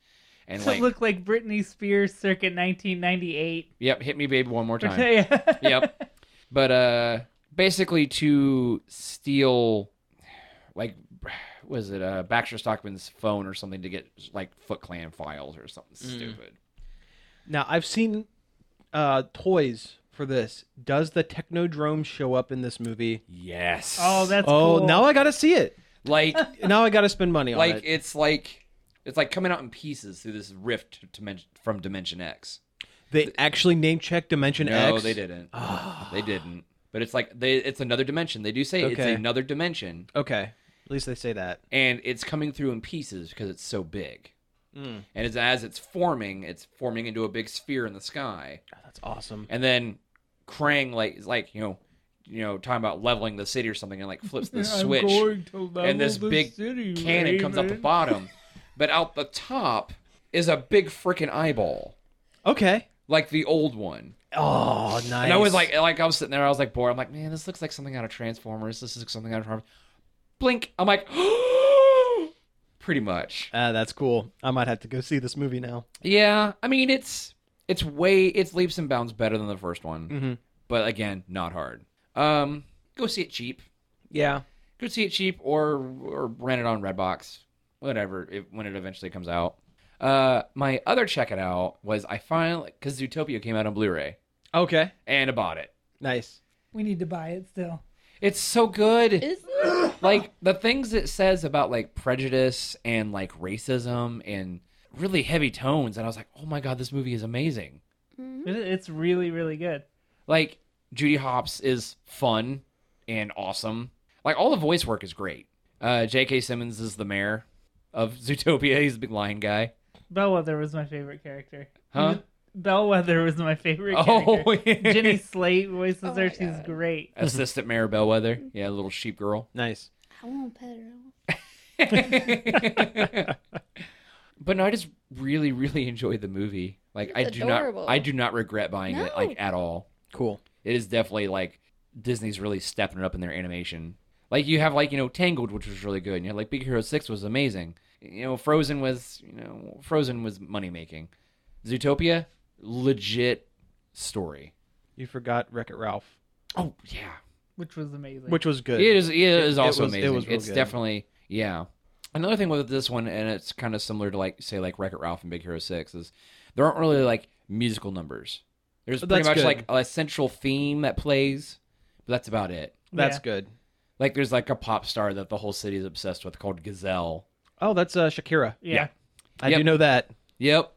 Speaker 4: and
Speaker 2: To
Speaker 4: like,
Speaker 2: look like Britney Spears circa 1998.
Speaker 4: yep, hit me, baby, one more
Speaker 2: [LAUGHS]
Speaker 4: time.
Speaker 2: Yeah.
Speaker 4: [LAUGHS] yep. But uh, basically to steal, like, was it uh Baxter Stockman's phone or something to get like Foot Clan files or something stupid.
Speaker 3: Now I've seen uh, toys for this. Does the Technodrome show up in this movie?
Speaker 4: Yes.
Speaker 2: Oh, that's
Speaker 3: Oh,
Speaker 2: cool.
Speaker 3: now I gotta see it.
Speaker 4: like.
Speaker 2: [LAUGHS]
Speaker 3: Now I gotta spend money on
Speaker 4: like
Speaker 3: it.
Speaker 4: it's like it's like coming out in pieces through this rift to dimension, from Dimension X.
Speaker 3: They actually name check Dimension X. Ah.
Speaker 4: no, they didn't. they didn't. But it's like they it's another dimension. They do say it's
Speaker 3: Okay.
Speaker 4: another dimension,
Speaker 3: Okay, at least they say that.
Speaker 4: and it's coming through in pieces because it's so big. And as, as it's forming, it's forming into a big sphere in the sky.
Speaker 3: That's awesome.
Speaker 4: And then Krang like is like you know you know talking about leveling the city or something, and like
Speaker 3: [LAUGHS]
Speaker 4: flips the switch. and this big cannon comes out the bottom, but out the top is a big freaking eyeball,
Speaker 3: Okay.
Speaker 4: like the old one.
Speaker 3: Oh, nice.
Speaker 4: And I was like, like I was sitting there, I was like bored. I'm like, man, this looks like something out of Transformers. This looks like something out of Transformers. Blink. I'm like, [GASPS] pretty much.
Speaker 3: Ah, that's cool. I might have to go see this movie now.
Speaker 4: Yeah, I mean, it's it's way it's leaps and bounds better than the first one,
Speaker 3: Mhm.
Speaker 4: but again, not hard. Um, go see it cheap.
Speaker 3: Yeah.
Speaker 4: go see it cheap or or rent it on Redbox, whatever. It, when it eventually comes out. Uh, my other check it out was I finally because Zootopia came out on Blu-ray
Speaker 3: Okay.
Speaker 4: and I bought it.
Speaker 3: Nice.
Speaker 2: We need to buy it still.
Speaker 4: It's so good.
Speaker 5: Is it?
Speaker 4: like the things it says about like prejudice and like racism and really heavy tones and i was like oh my god this movie is amazing
Speaker 2: It- It's really, really good.
Speaker 4: like judy hopps is fun and awesome like all the voice work is great uh jk simmons is the mayor of [LAUGHS] zootopia he's a big lion guy
Speaker 2: Bellwether was my favorite character.
Speaker 4: Huh?
Speaker 2: Bellwether was my favorite character.
Speaker 4: [LAUGHS] oh yeah.
Speaker 2: Jenny Slate voices
Speaker 5: Oh
Speaker 2: her.
Speaker 5: my
Speaker 2: She's
Speaker 5: God.
Speaker 2: great.
Speaker 4: assistant mayor bellwether yeah little sheep girl
Speaker 3: Nice.
Speaker 5: I won't pet her.
Speaker 4: [LAUGHS] but no, I just really, really enjoyed the movie. Like I
Speaker 5: It's
Speaker 4: do
Speaker 5: adorable.
Speaker 4: not, I do not regret buying it like
Speaker 5: No.
Speaker 4: at all.
Speaker 3: Cool.
Speaker 4: It is definitely like Disney's really stepping it up in their animation. Like you have like you know Tangled, which was really good. And you had like Big Hero Six was amazing. You know Frozen was you know Frozen was money making. Zootopia, legit story.
Speaker 3: You forgot Wreck It Ralph,
Speaker 4: Oh yeah,
Speaker 2: Which was amazing.
Speaker 3: which was good.
Speaker 4: It is. It is also
Speaker 3: was- it
Speaker 4: amazing.
Speaker 3: was real
Speaker 4: it's
Speaker 3: good.
Speaker 4: definitely yeah. Another thing with this one, and it's kind of similar to like say like Wreck It Ralph and Big Hero Six, is there aren't really like musical numbers. There's
Speaker 3: But
Speaker 4: pretty
Speaker 3: that's
Speaker 4: much
Speaker 3: good.
Speaker 4: like a central theme that plays, but that's about it.
Speaker 3: That's
Speaker 2: Yeah.
Speaker 3: good.
Speaker 4: Like there's like a pop star that the whole city is obsessed with called Gazelle.
Speaker 3: Oh, that's uh, Shakira.
Speaker 2: yeah.
Speaker 4: yeah.
Speaker 3: I
Speaker 4: Yep.
Speaker 3: do know that.
Speaker 4: Yep.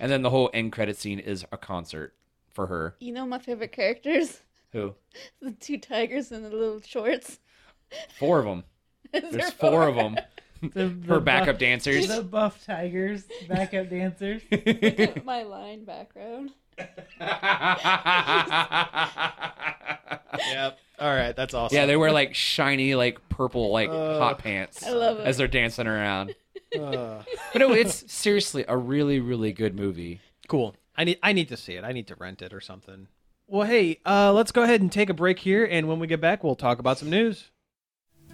Speaker 4: And then the whole end credit scene is a concert for her.
Speaker 5: You know my favorite characters? [LAUGHS]
Speaker 4: Who?
Speaker 5: The two tigers in the little shorts. [LAUGHS]
Speaker 4: Four of them.
Speaker 5: Is there
Speaker 4: There's four of
Speaker 3: [LAUGHS]
Speaker 4: them.
Speaker 2: The- the
Speaker 4: Her backup
Speaker 2: buff-
Speaker 4: dancers.
Speaker 2: The buff tigers, backup
Speaker 4: [LAUGHS]
Speaker 2: dancers.
Speaker 5: Look at [LAUGHS] my line background.
Speaker 3: Yep. All right, that's awesome.
Speaker 4: Yeah, they wear like shiny, like purple, like
Speaker 3: Uh,
Speaker 4: hot pants
Speaker 5: I love it.
Speaker 4: as they're dancing around.
Speaker 3: Uh,
Speaker 4: But no, it's seriously a really, really good movie.
Speaker 3: cool. I need I need to see it. I need to rent it or something. Well, hey, uh, let's go ahead and take a break here, and when we get back, we'll talk about some news.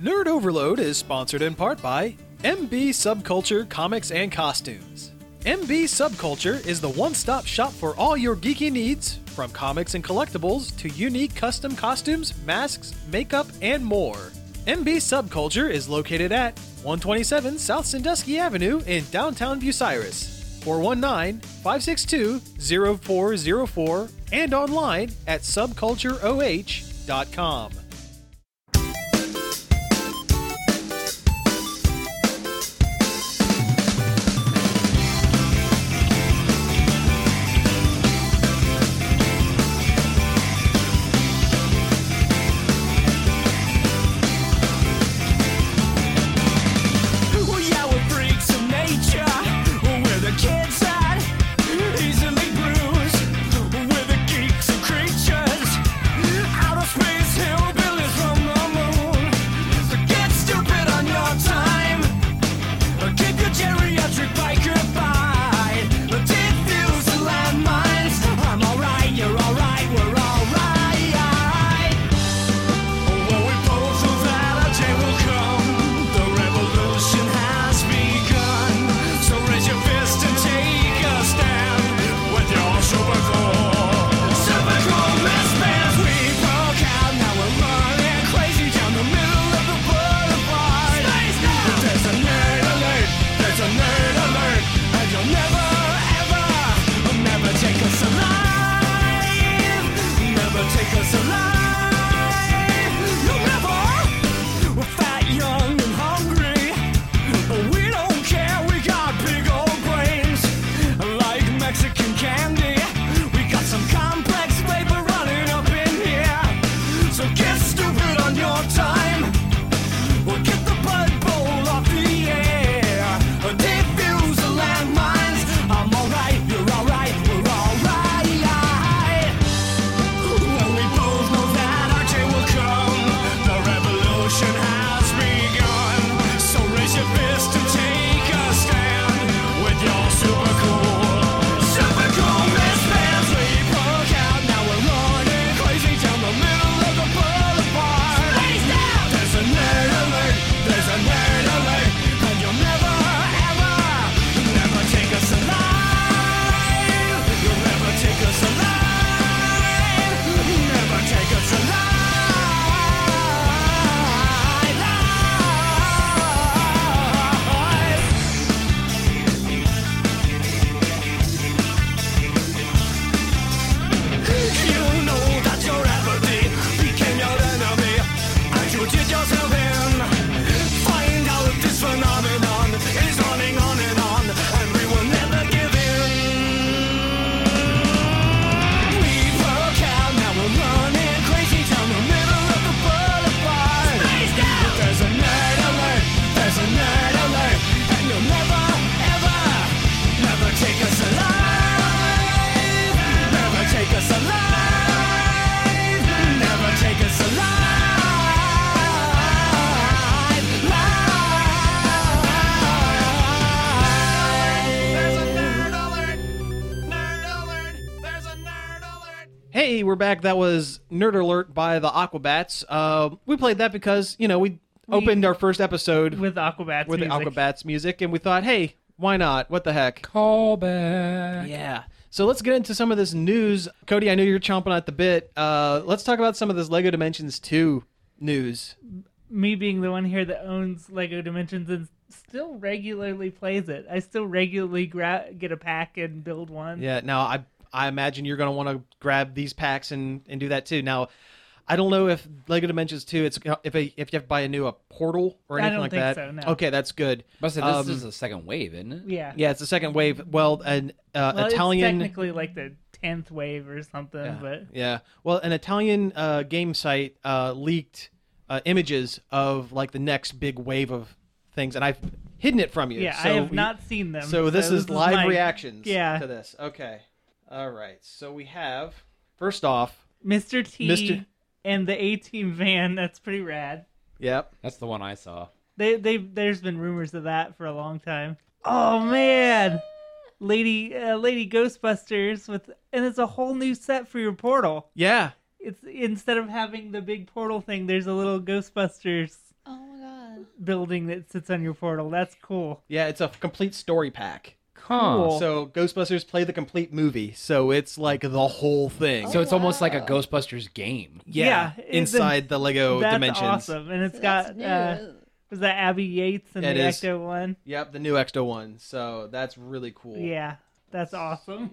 Speaker 1: Nerd Overload is sponsored in part by MB Subculture Comics and Costumes. MB Subculture is the one stop shop for all your geeky needs, from comics and collectibles to unique custom costumes, masks, makeup, and more. MB Subculture is located at 127 South Sandusky Avenue in downtown Bucyrus, 419 562 0404, and online at subcultureoh.com.
Speaker 6: Well, yeah, we're freaks of nature. We're the kids that easily bruise. We're the geeks and creatures. Outer space hillbillies from the moon. So get stupid on your time. Keep your geriatric biker fight. Defuse the landmines. I'm alright, you're alright, we're alright. When we pull through that, a day will come. The revolution has begun. So raise your fist and take a stand with your super cool, super cool misfits. We broke out, now we're running crazy down the middle of the boulevard. But there's a nerd alert, there's a nerd alert, and you'll never, ever, never take us alive. Never take us alive. You'll never. We're fat, young, and hungry. We don't care. We got big old brains, like Mexican candy. We got some complex flavor running up in here. So get stupid on your time. Or get the blood bowl off the air. Or defuse the landmines. I'm alright. You're alright. We're alright. When we both know that our day will come, the revolution has begun. So raise your fist and take a stand with your super cool, super cool misfits. We broke out, now we're running crazy down the middle of the boulevard.
Speaker 3: Hey, we're back. That was Nerd Alert by the Aquabats. Uh, we played that because you know we, opened our first episode with,
Speaker 2: with Aquabats.
Speaker 3: the
Speaker 2: music.
Speaker 3: Aquabats music, and we thought, hey, why not? What the heck?
Speaker 4: Call back.
Speaker 3: Yeah. So let's get into some of this news, Cody. I know you're chomping at the bit. Uh, let's talk about some of this Lego Dimensions Two news.
Speaker 2: me being the one here that owns Lego Dimensions and still regularly plays it. I still regularly gra- get a pack and build one.
Speaker 3: Yeah. Now I I imagine you're gonna want to grab these packs and and do that too. Now. I don't know if Lego Dimensions 2, it's if a, if you have to buy a new a portal or
Speaker 2: I
Speaker 3: anything
Speaker 2: don't
Speaker 3: like
Speaker 2: think
Speaker 3: that.
Speaker 2: so, no.
Speaker 3: Okay, that's good.
Speaker 4: But I said,
Speaker 3: Um,
Speaker 4: this is the second wave, isn't it?
Speaker 2: Yeah.
Speaker 3: Yeah, it's the second wave. Well, an uh,
Speaker 2: Well, it's
Speaker 3: Italian.
Speaker 2: technically like the 10th wave or something, but
Speaker 3: Yeah. Well, an Italian uh, game site uh, leaked uh, images of like the next big wave of things, and I've hidden it from you.
Speaker 2: yeah,
Speaker 3: so
Speaker 2: I have
Speaker 3: we-
Speaker 2: not seen them.
Speaker 3: So this is live
Speaker 2: my-
Speaker 3: reactions
Speaker 2: Yeah.
Speaker 3: to this. Okay. All right. So we have first off.
Speaker 2: Mr. T
Speaker 3: Mr.
Speaker 2: and the A Team van. That's pretty rad.
Speaker 3: Yep.
Speaker 4: That's the one I saw.
Speaker 2: They they there's been rumors of that for a long time. Oh man, Lady uh, Lady Ghostbusters with and it's a whole new set for your portal.
Speaker 3: Yeah.
Speaker 2: It's instead of having the big portal thing, there's a little Ghostbusters
Speaker 5: Oh my god.
Speaker 2: building that sits on your portal. That's cool.
Speaker 3: Yeah. It's a complete story pack.
Speaker 2: Cool.
Speaker 3: So Ghostbusters play the complete movie. So it's like the whole thing.
Speaker 4: So it's almost like a
Speaker 5: wow.
Speaker 4: Ghostbusters game.
Speaker 3: yeah,
Speaker 2: yeah, it's a-
Speaker 3: inside the Lego
Speaker 2: That's
Speaker 3: dimensions.
Speaker 2: awesome, and it's
Speaker 5: So
Speaker 2: got
Speaker 5: that's new.
Speaker 2: uh, was that Abby Yates and
Speaker 3: Yeah,
Speaker 2: the
Speaker 3: it is.
Speaker 2: Ecto one?
Speaker 3: Yep, the new Extra one. So that's really cool.
Speaker 2: Yeah, that's awesome.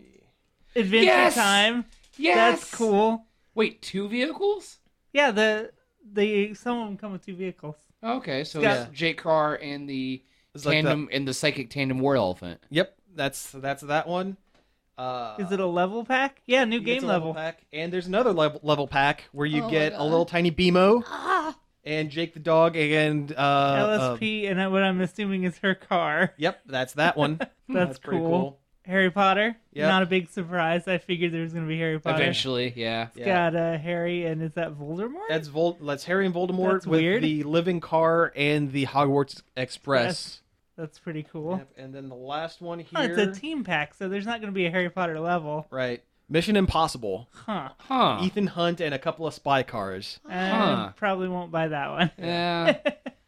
Speaker 2: Adventure
Speaker 4: Yes!
Speaker 2: Time.
Speaker 4: Yes.
Speaker 2: That's cool.
Speaker 4: Wait, two vehicles?
Speaker 2: Yeah, the the some of them come with two vehicles.
Speaker 4: Okay, so
Speaker 2: Yeah.
Speaker 4: it's Jake Carr and the
Speaker 3: It's like
Speaker 4: tandem and the psychic tandem war elephant.
Speaker 3: Yep, that's that's that one. Uh,
Speaker 2: Is it a level pack? Yeah, new
Speaker 3: it's
Speaker 2: game
Speaker 3: a
Speaker 2: level.
Speaker 3: pack, and there's another level, level pack where you
Speaker 5: Oh my
Speaker 3: get a
Speaker 5: God.
Speaker 3: little tiny Beemo
Speaker 5: Ah,
Speaker 3: and Jake the dog and uh, uh,
Speaker 2: LSP and and what I'm assuming is her car. [LAUGHS]
Speaker 3: yep, that's that one.
Speaker 2: That's,
Speaker 3: pretty
Speaker 2: cool. Harry Potter.
Speaker 3: Yep.
Speaker 2: Not a big surprise. I figured there was going to be Harry Potter.
Speaker 4: Eventually, yeah.
Speaker 2: It's
Speaker 3: Yeah.
Speaker 2: got uh, Harry and is that Voldemort?
Speaker 3: That's Vol. That's Harry and Voldemort
Speaker 2: That's
Speaker 3: with
Speaker 2: weird.
Speaker 3: the living car and the Hogwarts Express.
Speaker 2: That's pretty cool.
Speaker 3: Yep, and then the last one
Speaker 2: Oh,
Speaker 3: here,
Speaker 2: it's a team pack, so there's not going to be a Harry Potter level,
Speaker 3: right? Mission Impossible.
Speaker 2: huh?
Speaker 4: Huh.
Speaker 3: Ethan Hunt and a couple of spy cars.
Speaker 2: I
Speaker 4: Huh.
Speaker 2: probably won't buy that one.
Speaker 4: Yeah.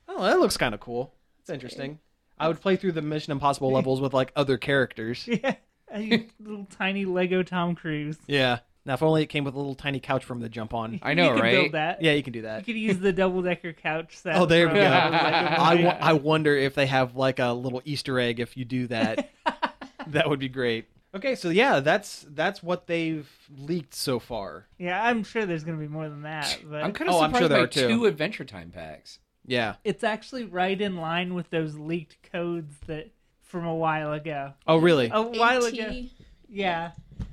Speaker 3: Oh, that looks kind of cool. It's interesting. I would play through the Mission
Speaker 2: [LAUGHS]
Speaker 3: Impossible levels with like other characters.
Speaker 2: yeah, [LAUGHS] a little tiny Lego Tom Cruise.
Speaker 3: Yeah. Now, if only it came with a little tiny couch for him to jump
Speaker 2: [LAUGHS]
Speaker 3: on.
Speaker 4: I know,
Speaker 2: you could
Speaker 4: right?
Speaker 2: Build that.
Speaker 3: Yeah, you can do that.
Speaker 2: You could use the double decker
Speaker 3: [LAUGHS]
Speaker 2: couch set.
Speaker 3: Oh, there we
Speaker 2: from
Speaker 3: go.
Speaker 2: the
Speaker 3: [LAUGHS]
Speaker 2: Lego
Speaker 3: I,
Speaker 2: movie.
Speaker 3: w- I wonder if they have like a little Easter egg if you do
Speaker 2: [LAUGHS]
Speaker 3: that. that would be great. Okay, so yeah, that's that's what they've leaked so far.
Speaker 2: Yeah, I'm sure there's going to be more
Speaker 3: [LAUGHS]
Speaker 2: than that, but
Speaker 4: I'm kind of
Speaker 3: Oh, I'm
Speaker 4: surprised
Speaker 3: sure there
Speaker 4: by
Speaker 3: are two.
Speaker 4: two Adventure Time packs.
Speaker 3: Yeah.
Speaker 2: it's actually right in line with those leaked codes that from a while ago.
Speaker 3: Oh, really?
Speaker 2: A while
Speaker 5: AT.
Speaker 2: ago, yeah,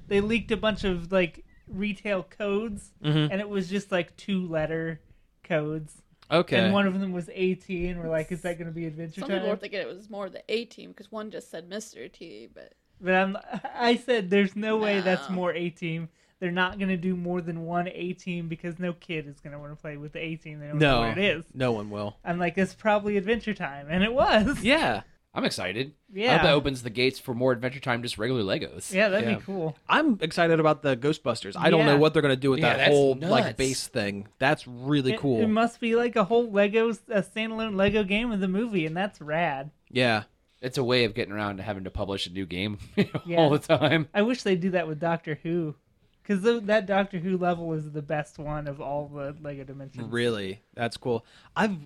Speaker 2: they leaked a bunch of like retail codes,
Speaker 3: Mm-hmm.
Speaker 2: and it was just like two letter codes,
Speaker 3: Okay.
Speaker 2: and one of them was AT, and we're like, is that going to be Adventure
Speaker 5: Some
Speaker 2: Time?
Speaker 5: people were thinking it was more the A team because one just said Mr. T, but
Speaker 2: But I'm, I said there's no way that's
Speaker 5: No.
Speaker 2: more A team. They're not going to do more than one A team because no kid is going to want to play with the A team. They don't know
Speaker 3: no.
Speaker 2: what it is.
Speaker 3: No one will.
Speaker 2: I'm like, it's probably Adventure Time, and it was.
Speaker 3: Yeah.
Speaker 4: I'm excited. I
Speaker 2: Yeah.
Speaker 4: hope that opens the gates for more Adventure Time, just regular Legos.
Speaker 2: Yeah, that'd
Speaker 3: Yeah.
Speaker 2: be cool.
Speaker 3: I'm excited about the Ghostbusters. I don't know
Speaker 2: Yeah.
Speaker 3: what they're going to do with
Speaker 4: Yeah,
Speaker 3: that
Speaker 4: that's
Speaker 3: whole like
Speaker 4: nuts.
Speaker 3: base thing. That's really
Speaker 2: It-
Speaker 3: cool.
Speaker 2: It, must be like a whole Lego, a standalone Lego game with a movie, and that's rad.
Speaker 3: yeah.
Speaker 4: It's a way of getting around to having to publish a new game [LAUGHS]
Speaker 2: Yeah.
Speaker 4: all the time.
Speaker 2: I wish they'd do that with Doctor Who, because that Doctor Who level is the best one of all the Lego dimensions.
Speaker 3: Really, that's cool. I've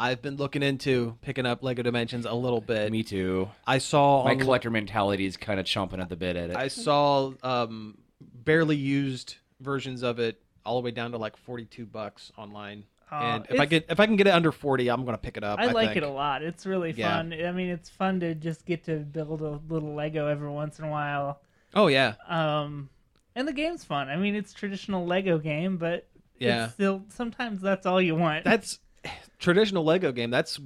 Speaker 3: I've been looking into picking up Lego Dimensions a little bit.
Speaker 4: Me too.
Speaker 3: I saw
Speaker 4: My
Speaker 3: on-
Speaker 4: collector mentality is kind of chomping at the bit at it.
Speaker 3: Um, I saw um, barely used versions of it all the way down to like forty two bucks online.
Speaker 2: Aw,
Speaker 3: and if I
Speaker 2: Uh, it's-
Speaker 3: get if I can get it under forty, I'm gonna pick it up.
Speaker 2: I,
Speaker 3: I,
Speaker 2: like
Speaker 3: think.
Speaker 2: it a lot. It's really
Speaker 3: Yeah.
Speaker 2: fun. I mean, it's fun to just get to build a little Lego every once in a while.
Speaker 3: Oh yeah,
Speaker 2: Um, and the game's fun. I mean, it's traditional Lego game, but
Speaker 3: Yeah.
Speaker 2: it's still sometimes that's all you want.
Speaker 3: that's [SIGHS] traditional Lego game. That's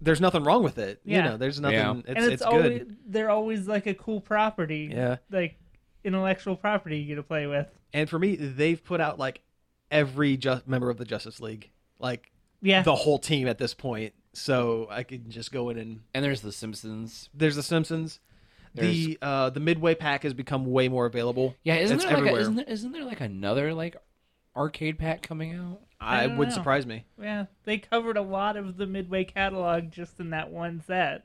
Speaker 3: there's nothing wrong with it. You
Speaker 2: Yeah.
Speaker 3: know, there's nothing.
Speaker 4: Yeah.
Speaker 3: It's,
Speaker 2: and it's,
Speaker 3: it's
Speaker 2: always
Speaker 3: good.
Speaker 2: they're always like a cool property.
Speaker 3: Yeah.
Speaker 2: like intellectual property you get to play with.
Speaker 3: And for me, they've put out like every ju- member of the Justice League, like
Speaker 2: Yeah,
Speaker 3: the whole team at this point. So I can just go in and
Speaker 4: and there's The Simpsons.
Speaker 3: There's The Simpsons. the uh, the midway pack has become way more available.
Speaker 4: Yeah, isn't
Speaker 3: It's
Speaker 4: there like a,
Speaker 3: everywhere.
Speaker 4: isn't there, isn't there like another like arcade pack coming out?
Speaker 3: I,
Speaker 2: I don't
Speaker 3: would
Speaker 2: know.
Speaker 3: surprise me.
Speaker 2: Yeah, they covered a lot of the Midway catalog just in that one set.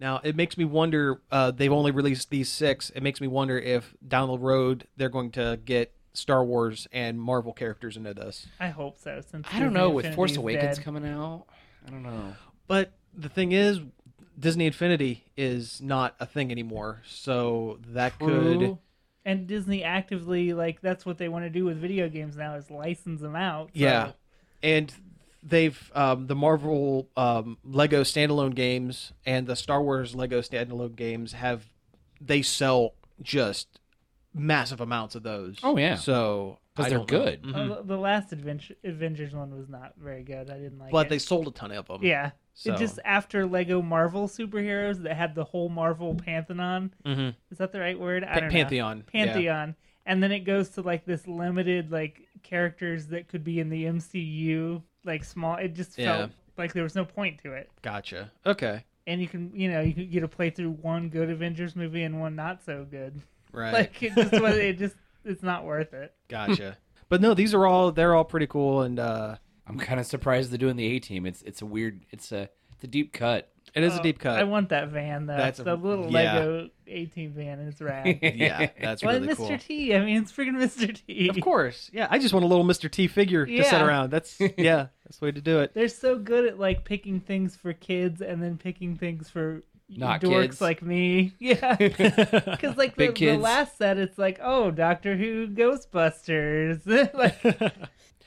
Speaker 3: Now it makes me wonder. Uh, they've only released these six. It makes me wonder if down the road they're going to get Star Wars and Marvel characters into this.
Speaker 2: I hope so. Since
Speaker 4: I don't know.
Speaker 2: Disney
Speaker 4: With Force
Speaker 2: Infinity's
Speaker 4: Awakens
Speaker 2: dead.
Speaker 4: coming out, I don't know.
Speaker 3: But the thing is, Disney Infinity is not a thing anymore. So that could.
Speaker 4: True.
Speaker 2: and Disney actively like that's what they want to do with video games now is license them out. so-
Speaker 3: Yeah, and they've um, the Marvel um, Lego standalone games and the Star Wars Lego standalone games have they sell just massive amounts of those.
Speaker 4: Oh, yeah.
Speaker 3: so I
Speaker 4: because they're
Speaker 3: don't know. Mm-hmm.
Speaker 4: good.
Speaker 2: Uh, the- the last Adventure, Avengers one was not very good. I didn't like
Speaker 3: But
Speaker 2: it.
Speaker 3: they sold a ton of them.
Speaker 2: yeah.
Speaker 3: So-
Speaker 2: It just after Lego Marvel superheroes that had the whole Marvel pantheon.
Speaker 3: Mhm.
Speaker 2: Is that the right word? I
Speaker 3: Pa-
Speaker 2: don't know.
Speaker 3: Pantheon, yeah.
Speaker 2: Pantheon. And then it goes to like this limited like characters that could be in the MCU, like small. It just
Speaker 3: Yeah.
Speaker 2: felt like there was no point to it.
Speaker 3: Gotcha. Okay.
Speaker 2: And you can, you know, you could get to play through one good Avengers movie and one not so good.
Speaker 3: Right.
Speaker 2: Like [LAUGHS] it just was. It just it's not worth it.
Speaker 3: gotcha. But no, these are all they're all pretty cool and uh
Speaker 4: I'm kind of surprised they're doing the A team. It's it's a weird. It's a it's a deep cut.
Speaker 3: it is
Speaker 2: Oh,
Speaker 3: a deep cut.
Speaker 2: I want that van though.
Speaker 3: That's a-
Speaker 2: the little
Speaker 3: yeah.
Speaker 2: Lego 18 van is rad.
Speaker 3: yeah, [LAUGHS] that's
Speaker 2: [LAUGHS] well,
Speaker 3: really
Speaker 2: Mr.
Speaker 3: cool.
Speaker 2: T. I mean, it's freaking Mr. T.
Speaker 3: Of course. Yeah, I just want a little Mr. T figure to sit
Speaker 2: Yeah.
Speaker 3: around.
Speaker 2: [LAUGHS]
Speaker 3: That's yeah, that's the way to do it.
Speaker 2: They're so good at like picking things for kids and then picking things for
Speaker 4: Not
Speaker 2: dorks
Speaker 4: kids.
Speaker 2: like me. [LAUGHS]
Speaker 3: [LAUGHS]
Speaker 2: Yeah, because like the,
Speaker 4: Big
Speaker 2: the
Speaker 4: kids.
Speaker 2: last set, it's like, oh, Doctor Who, Ghostbusters. [LAUGHS] like,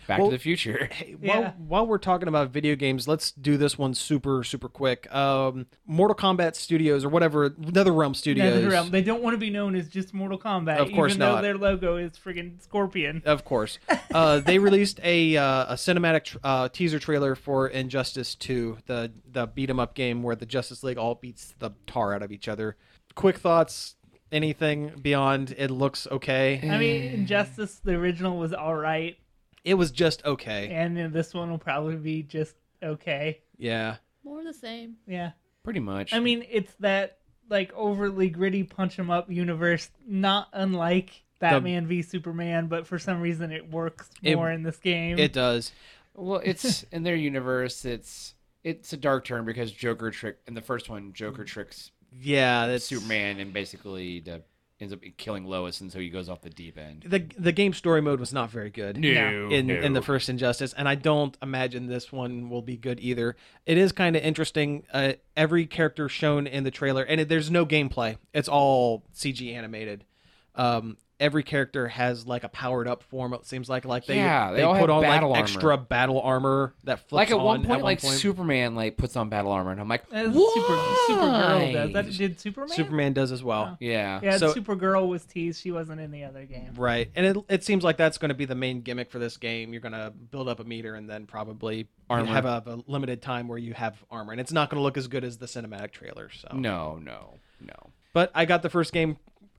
Speaker 4: Back
Speaker 3: Well-
Speaker 4: to the Future. [LAUGHS]
Speaker 3: While,
Speaker 2: Yeah.
Speaker 3: while we're talking about video games, let's do this one super, super quick. Um, Mortal Kombat Studios or whatever, NetherRealm Studios.
Speaker 2: NetherRealm. They don't want to be known as just Mortal Kombat.
Speaker 3: Of course
Speaker 2: even though
Speaker 3: not.
Speaker 2: Their logo is friggin' scorpion.
Speaker 3: Of course. Uh, they released a, uh, a cinematic tr- uh, teaser trailer for Injustice 2, the, the beat 'em up game where the Justice League all beats the tar out of each other. Quick thoughts, anything beyond it looks okay?
Speaker 2: I mean, Injustice, the original was all right,
Speaker 3: It was just okay.
Speaker 2: and then this one will probably be just okay.
Speaker 3: Yeah.
Speaker 5: More the same.
Speaker 2: Yeah.
Speaker 4: Pretty much.
Speaker 2: I mean, it's that like overly gritty punch 'em up universe, not unlike Batman v Superman, but for some reason it works
Speaker 3: It-
Speaker 2: more in this game.
Speaker 3: It does.
Speaker 4: Well, it's in their universe. It's it's a dark turn because Joker trick in the first one. Joker tricks
Speaker 3: Yeah, that's
Speaker 4: Superman and basically the, ends up killing Lois, and so he goes off the deep end.
Speaker 3: The the game story mode was not very good.
Speaker 2: No.
Speaker 3: in in the first Injustice, and I don't imagine this one will be good either. It is kind of interesting. Uh, every character shown in the trailer, and it, there's no gameplay. It's all CG animated. Um, every character has like a powered up form. It seems like like they
Speaker 4: Yeah, they all
Speaker 3: put
Speaker 4: have
Speaker 3: on like
Speaker 4: battle armor.
Speaker 3: extra battle armor that flips
Speaker 4: like at one
Speaker 3: on
Speaker 4: point, like
Speaker 3: point.
Speaker 4: Superman like puts on battle armor, and I'm like,
Speaker 2: As
Speaker 4: what?
Speaker 2: Super, Supergirl does. That did Superman?
Speaker 3: Superman does as well.
Speaker 4: Yeah.
Speaker 2: Yeah,
Speaker 3: So-
Speaker 2: Supergirl was teased. She wasn't in the other game.
Speaker 3: Right, and it, it seems like that's going to be the main gimmick for this game. You're going to build up a meter and then probably
Speaker 4: Armor.
Speaker 3: have a, a limited time where you have armor, and it's not going to look as good as the cinematic trailer. So
Speaker 4: No, no, no.
Speaker 3: But I got the first game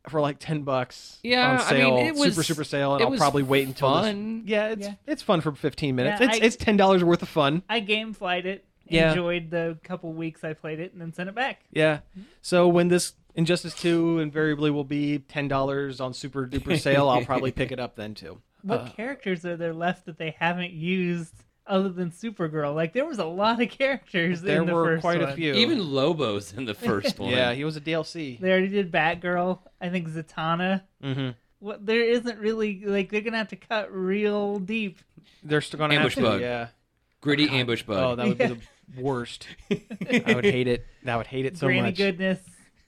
Speaker 3: for like ten bucks.
Speaker 4: Yeah,
Speaker 3: on
Speaker 4: I
Speaker 3: sale,
Speaker 4: mean, it was-
Speaker 3: super super sale, and
Speaker 4: it
Speaker 3: I'll
Speaker 4: was
Speaker 3: probably wait until this-
Speaker 4: fun.
Speaker 3: Yeah, it's
Speaker 2: Yeah.
Speaker 3: it's fun for fifteen minutes.
Speaker 2: Yeah,
Speaker 3: it's
Speaker 2: I-
Speaker 3: it's ten dollars worth of fun.
Speaker 2: I gameflied it.
Speaker 3: Yeah.
Speaker 2: Enjoyed the couple weeks I played it and then sent it back.
Speaker 3: Yeah. So when this Injustice Two invariably will be ten dollars on super duper sale, I'll probably pick it up then
Speaker 2: [LAUGHS]
Speaker 3: too.
Speaker 2: What characters are there left that they haven't used other than Supergirl? Like there was a lot of [LAUGHS] characters
Speaker 3: There
Speaker 2: in the
Speaker 3: were
Speaker 2: first
Speaker 3: quite
Speaker 2: one.
Speaker 3: a few.
Speaker 4: Even Lobo's in the first one.
Speaker 3: yeah, he was a DLC.
Speaker 2: They already did Batgirl. I think Zatanna.
Speaker 3: Mhm.
Speaker 2: What there isn't really like they're gonna have to cut real deep.
Speaker 3: They're still going to
Speaker 4: Ambush
Speaker 3: have to,
Speaker 4: bug.
Speaker 3: Yeah.
Speaker 4: Gritty ambush bug.
Speaker 3: Oh, that would [LAUGHS] be the worst. I would hate it. I would hate it so
Speaker 2: Granny
Speaker 3: much.
Speaker 2: Goodness,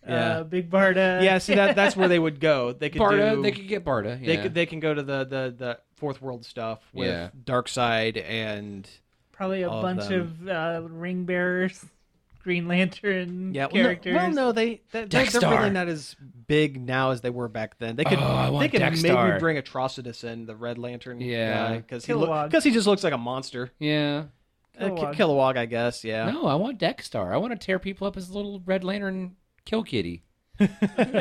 Speaker 3: Yeah.
Speaker 2: uh, Big Barda.
Speaker 3: Yeah, see that
Speaker 2: [LAUGHS]
Speaker 3: that's where they would [LAUGHS] go. They could
Speaker 4: Barda,
Speaker 3: do,
Speaker 4: they could get Barda. Yeah.
Speaker 3: they could- they can go to the the the fourth world stuff with
Speaker 4: Yeah.
Speaker 3: Dark Side and
Speaker 2: probably a
Speaker 3: all of
Speaker 2: bunch
Speaker 3: them.
Speaker 2: of uh, ring bearers, Green Lantern
Speaker 3: yeah well, no-
Speaker 2: characters.
Speaker 3: Well, no, they they- they're, they're
Speaker 4: Darkstar.
Speaker 3: really not as big now as they were back then. They could
Speaker 4: Oh, I
Speaker 3: they
Speaker 4: want
Speaker 3: could maybe
Speaker 4: Darkstar.
Speaker 3: bring Atrocitus in the Red Lantern.
Speaker 4: Yeah.
Speaker 3: because he because
Speaker 2: Kilowog.
Speaker 3: he just looks like a monster.
Speaker 4: yeah.
Speaker 3: Uh, Ki-
Speaker 2: Kilowog.
Speaker 3: Kilowog, I guess. Yeah.
Speaker 4: No, I want Dexstar. I want to tear people up as little Red Lantern kill kitty.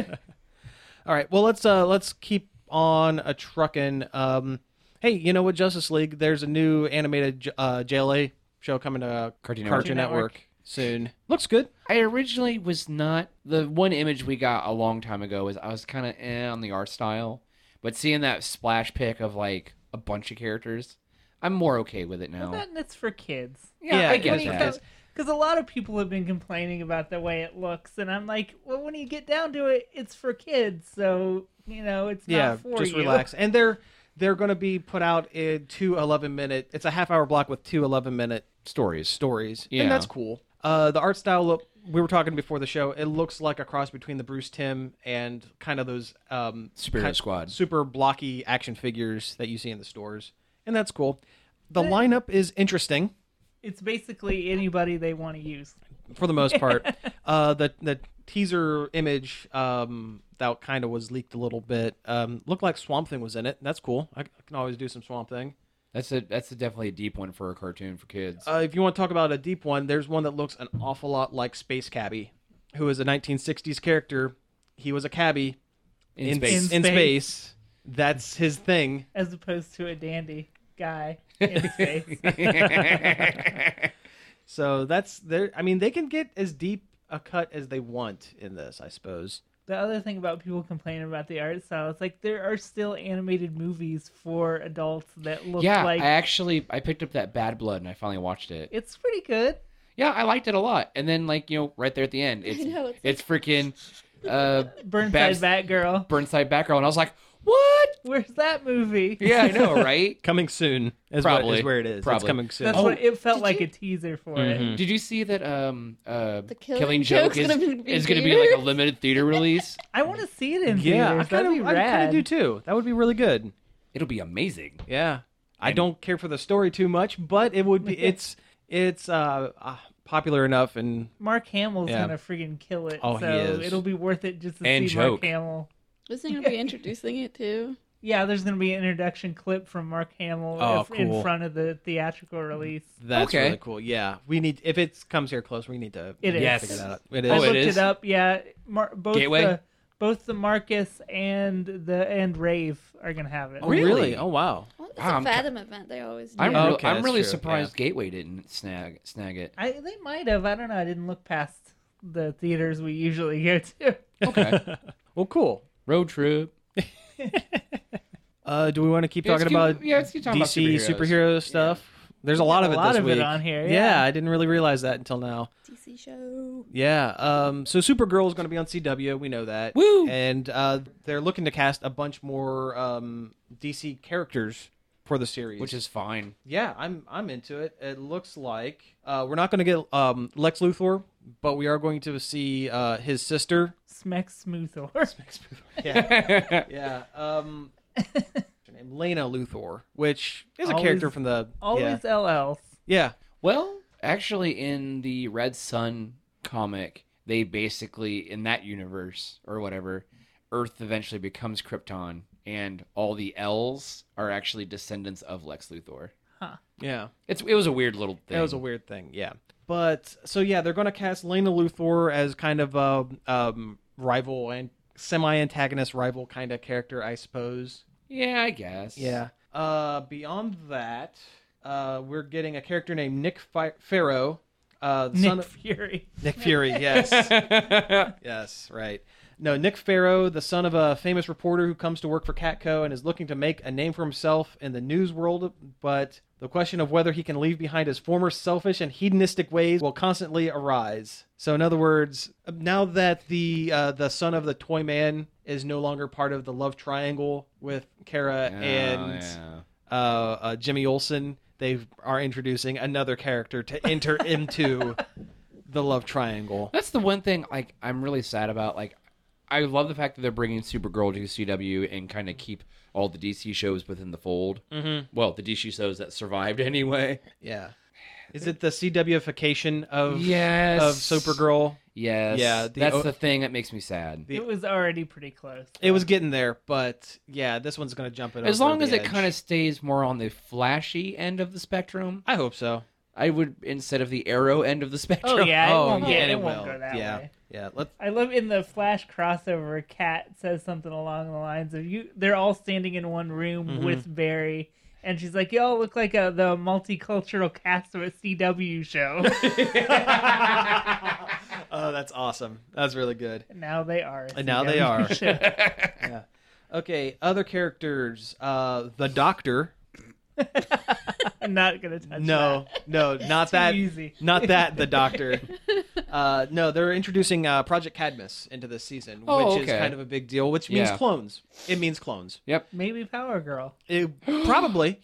Speaker 3: All right. Well, let's uh let's keep on a trucking. Um, hey, you know what, Justice League? There's a new animated J- uh, JLA show coming to
Speaker 4: Cartoon Network.
Speaker 3: Network. soon. Looks good.
Speaker 4: I originally was not the one image we got a long time ago was I was kind of eh on the art style, but seeing that splash pic of like a bunch of characters, I'm more okay with it
Speaker 2: Well,
Speaker 4: now.
Speaker 2: that, that's for kids.
Speaker 3: Yeah,
Speaker 4: I
Speaker 3: it
Speaker 4: get
Speaker 3: is
Speaker 4: that.
Speaker 3: for kids.
Speaker 2: Because a lot of people have been complaining about the way it looks, and I'm like, well, when you get down to it, it's for kids, so you know it's
Speaker 3: yeah,
Speaker 2: not for
Speaker 3: just
Speaker 2: you.
Speaker 3: relax. And they're they're going to be put out in two 11 minute. It's a half hour block with two 11 minute
Speaker 4: Stories.
Speaker 3: stories.
Speaker 4: Yeah.
Speaker 3: And that's cool. Uh, the art style look we were talking before the show. It looks like a cross between the Bruce Tim and kind of those um,
Speaker 4: Superhero
Speaker 3: kind-
Speaker 4: Squad.
Speaker 3: super blocky action figures that you see in the stores, and that's cool. The lineup is interesting
Speaker 2: [LAUGHS] It's basically anybody they want to use.
Speaker 3: for the most
Speaker 4: [LAUGHS]
Speaker 3: part. uh, the the teaser image um, that kind of was leaked a little bit um, looked like Swamp Thing was in it. That's cool. I, I can always do some Swamp Thing.
Speaker 4: That's a that's a definitely a deep one for a cartoon for kids.
Speaker 3: Uh, if you want to talk about a deep one, there's one that looks an awful lot like Space Cabbie, who is a 1960s character. He was a cabbie
Speaker 4: in, space.
Speaker 2: in-
Speaker 3: in
Speaker 2: space.
Speaker 3: space. That's his thing.
Speaker 2: as opposed to a dandy guy in space.
Speaker 3: So that's there. I mean, they can get as deep a cut as they want in this, I suppose.
Speaker 2: the other thing about people complaining about the art style is like there are still animated movies for adults that look
Speaker 4: yeah,
Speaker 2: like
Speaker 4: I actually I picked up that Bad Blood and I finally watched it.
Speaker 2: it's pretty good.
Speaker 4: Yeah, I liked it a lot. And then like you know right there at the [LAUGHS] end, it's
Speaker 5: know,
Speaker 4: it's,
Speaker 5: it's
Speaker 4: freaking uh,
Speaker 2: Burnside
Speaker 4: Babs-
Speaker 2: Batgirl.
Speaker 4: Burnside Batgirl, and I was like, what?
Speaker 2: Where's that movie?
Speaker 4: Yeah, I [LAUGHS] know, right?
Speaker 3: Coming soon is,
Speaker 4: Probably.
Speaker 3: what, is where it is. It's
Speaker 4: Probably.
Speaker 3: coming soon.
Speaker 2: [LAUGHS] That's
Speaker 4: Oh,
Speaker 2: what it felt
Speaker 5: did
Speaker 2: like
Speaker 5: you-
Speaker 2: a teaser for
Speaker 3: Hmm.
Speaker 2: it.
Speaker 4: Did you see that um uh
Speaker 5: The
Speaker 4: killing,
Speaker 5: Killing
Speaker 4: joke
Speaker 5: Joke's
Speaker 4: is
Speaker 5: gonna be
Speaker 4: is going to be
Speaker 5: theaters?
Speaker 4: like a limited theater
Speaker 5: [LAUGHS]
Speaker 4: release?
Speaker 2: I want to see it in
Speaker 3: yeah, I
Speaker 2: theaters.
Speaker 3: kind
Speaker 2: That'd
Speaker 3: of
Speaker 2: be
Speaker 3: I kind
Speaker 2: rad.
Speaker 3: of do too. That would be really good.
Speaker 4: It'll be amazing.
Speaker 3: Yeah, I don't care for the story too much, but it would
Speaker 2: [LAUGHS]
Speaker 3: be. It's it's uh, uh popular enough and
Speaker 2: Mark Hamill's
Speaker 3: Yeah.
Speaker 2: gonna freaking kill it.
Speaker 3: Oh, he
Speaker 2: so
Speaker 3: is.
Speaker 2: it'll be worth it just to
Speaker 4: And
Speaker 2: see
Speaker 4: joke.
Speaker 2: Mark Hamill. [LAUGHS]
Speaker 5: Isn't gonna be introducing it too?
Speaker 2: Yeah, there's gonna be an introduction clip from Mark Hamill
Speaker 3: Oh,
Speaker 2: if- in
Speaker 3: cool.
Speaker 2: front of the theatrical release.
Speaker 3: that's
Speaker 4: Okay.
Speaker 3: really cool. Yeah, we need if it comes here close, we need to
Speaker 2: It is.
Speaker 3: figure that out. It is.
Speaker 2: I
Speaker 4: Oh, it
Speaker 2: looked
Speaker 4: is?
Speaker 2: it up. Yeah, Mar- both
Speaker 4: Gateway?
Speaker 2: the both the Marcus and the and Rave are gonna have it.
Speaker 4: Oh, really?
Speaker 3: Oh wow.
Speaker 5: Well, it's
Speaker 4: Wow, I'm
Speaker 5: a Fathom event they always do.
Speaker 4: I'm,
Speaker 3: Yeah.
Speaker 4: real-
Speaker 3: Okay,
Speaker 4: I'm
Speaker 3: that's
Speaker 4: really
Speaker 3: true,
Speaker 4: surprised Gateway didn't snag
Speaker 3: [LAUGHS]
Speaker 4: snag it.
Speaker 2: I they might have. I don't know. I didn't look past the theaters we usually go to.
Speaker 4: Okay,
Speaker 3: Well, cool.
Speaker 4: [LAUGHS] road trip.
Speaker 3: Uh, do we want to keep
Speaker 4: Yeah, let's
Speaker 3: talking
Speaker 4: keep-
Speaker 3: about
Speaker 4: yeah, let's keep talking about
Speaker 3: DC
Speaker 4: superheroes.
Speaker 3: superhero stuff? There's a lot of
Speaker 2: A
Speaker 3: it
Speaker 2: lot
Speaker 3: this
Speaker 2: of it
Speaker 3: week.
Speaker 2: on here,
Speaker 3: yeah,
Speaker 2: yeah.
Speaker 3: I didn't really realize that until now.
Speaker 5: DC
Speaker 2: [LAUGHS]
Speaker 5: show.
Speaker 3: Yeah. Um, so Supergirl is going to be on CW. We know that.
Speaker 4: Woo!
Speaker 3: And uh, they're looking to cast a bunch more um, DC characters for the series.
Speaker 4: Which is fine.
Speaker 3: yeah, I'm I'm into it. It looks like uh, we're not going to get um, Lex Luthor, but we are going to see uh, his sister.
Speaker 2: Smeck Smoothor.
Speaker 3: Yeah. [LAUGHS] yeah. Um, what's her name Lena Luthor, which is a
Speaker 2: Always-
Speaker 3: character from the
Speaker 2: Always LL.
Speaker 3: yeah.
Speaker 4: Well, actually, in the Red Sun comic, they basically in that universe or whatever, Earth eventually becomes Krypton, and all the L's are actually descendants of Lex Luthor.
Speaker 3: Yeah.
Speaker 4: It's it was a weird little thing.
Speaker 3: That was a weird thing. Yeah. But so yeah, they're going to cast Lena Luthor as kind of a um, rival and semi-antagonist rival kind of character, I suppose.
Speaker 4: yeah, I guess.
Speaker 3: Uh, beyond that, uh, we're getting a character named Nick Fi- Farrow. Uh, the
Speaker 2: Nick
Speaker 3: son of-
Speaker 2: Fury.
Speaker 3: Nick Fury,
Speaker 4: [LAUGHS]
Speaker 3: yes. yes, right. No, Nick Farrow, the son of a famous reporter who comes to work for Catco and is looking to make a name for himself in the news world, but the question of whether he can leave behind his former selfish and hedonistic ways will constantly arise. So, in other words, now that the uh, the son of the Toy Man is no longer part of the love triangle with Kara
Speaker 4: Oh,
Speaker 3: and
Speaker 4: yeah.
Speaker 3: uh, uh, Jimmy Olsen, they are introducing another character to enter into the love triangle.
Speaker 4: That's the one thing like I'm really sad about. Like, I love the fact that they're bringing Supergirl to CW and kind of keep all the DC shows within the fold. Mm-hmm. Well, the DC shows that survived [LAUGHS] anyway.
Speaker 3: Yeah. Is it the CWification of
Speaker 4: Yes.
Speaker 3: of Supergirl?
Speaker 4: Yes.
Speaker 3: Yeah, the
Speaker 4: that's
Speaker 3: o-
Speaker 4: the thing that makes me sad.
Speaker 3: The-
Speaker 2: It was already pretty close.
Speaker 3: It was getting there, but yeah, this one's gonna jump it.
Speaker 4: as
Speaker 3: over
Speaker 4: long
Speaker 3: the
Speaker 4: as it
Speaker 3: edge.
Speaker 4: kind of stays more on the flashy end of the spectrum,
Speaker 3: I hope so.
Speaker 4: I would instead of the arrow end of the [LAUGHS] spectrum.
Speaker 2: Oh yeah,
Speaker 3: oh
Speaker 2: it won't,
Speaker 3: yeah,
Speaker 2: it,
Speaker 3: it
Speaker 2: won't
Speaker 3: will.
Speaker 2: go that
Speaker 3: yeah,
Speaker 2: way.
Speaker 3: yeah. Let's.
Speaker 2: I love in the Flash crossover,
Speaker 3: Mm-hmm.
Speaker 2: Kat says something along the lines of you they're all standing in one room with Barry and she's like, "Y'all look like uh the multicultural cast of a
Speaker 3: [LAUGHS]
Speaker 2: CW show."
Speaker 3: Oh, that's awesome. That's really good.
Speaker 2: and now they are. a
Speaker 3: And now they
Speaker 2: CW
Speaker 3: are.
Speaker 2: show. [LAUGHS]
Speaker 3: Okay, other characters. Uh, the Doctor.
Speaker 2: I'm not gonna touch.
Speaker 3: No,
Speaker 2: [LAUGHS]
Speaker 3: no, not that.
Speaker 2: easy.
Speaker 3: Not that.
Speaker 2: [LAUGHS]
Speaker 3: The Doctor. Uh, no, they're introducing uh, Project Cadmus into this season,
Speaker 4: Oh,
Speaker 3: which
Speaker 4: okay.
Speaker 3: is kind of a big deal. Which means
Speaker 4: Yeah.
Speaker 3: clones. It means clones.
Speaker 4: Yep.
Speaker 2: that. Maybe Power Girl.
Speaker 4: [GASPS]
Speaker 3: It, probably.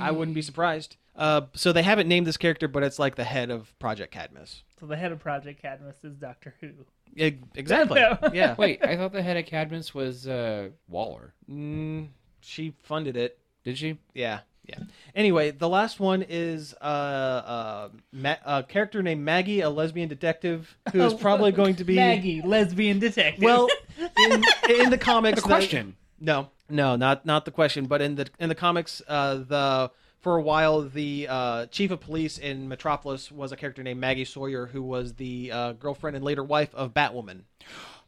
Speaker 3: I wouldn't be surprised. Uh, so they haven't named this character, but it's like the head of Project Cadmus.
Speaker 2: So the head of Project Cadmus is Doctor Who.
Speaker 3: E- exactly.
Speaker 2: [LAUGHS] No.
Speaker 3: Yeah.
Speaker 4: Wait, I thought the head of Cadmus was uh, Waller.
Speaker 3: Mm, she funded it.
Speaker 4: Did she?
Speaker 3: Yeah. Yeah. Anyway, the last one is uh, uh, Ma- a character named Maggie, a lesbian detective who
Speaker 2: [LAUGHS]
Speaker 3: is probably going to be
Speaker 2: Oh, Maggie, lesbian detective.
Speaker 3: Well, in, in the comics,
Speaker 4: The question.
Speaker 3: no, no, not not the question, but in the in the comics, uh, the for a while the uh, chief of police in Metropolis was a character named Maggie Sawyer, who was the uh, girlfriend and later wife of Batwoman.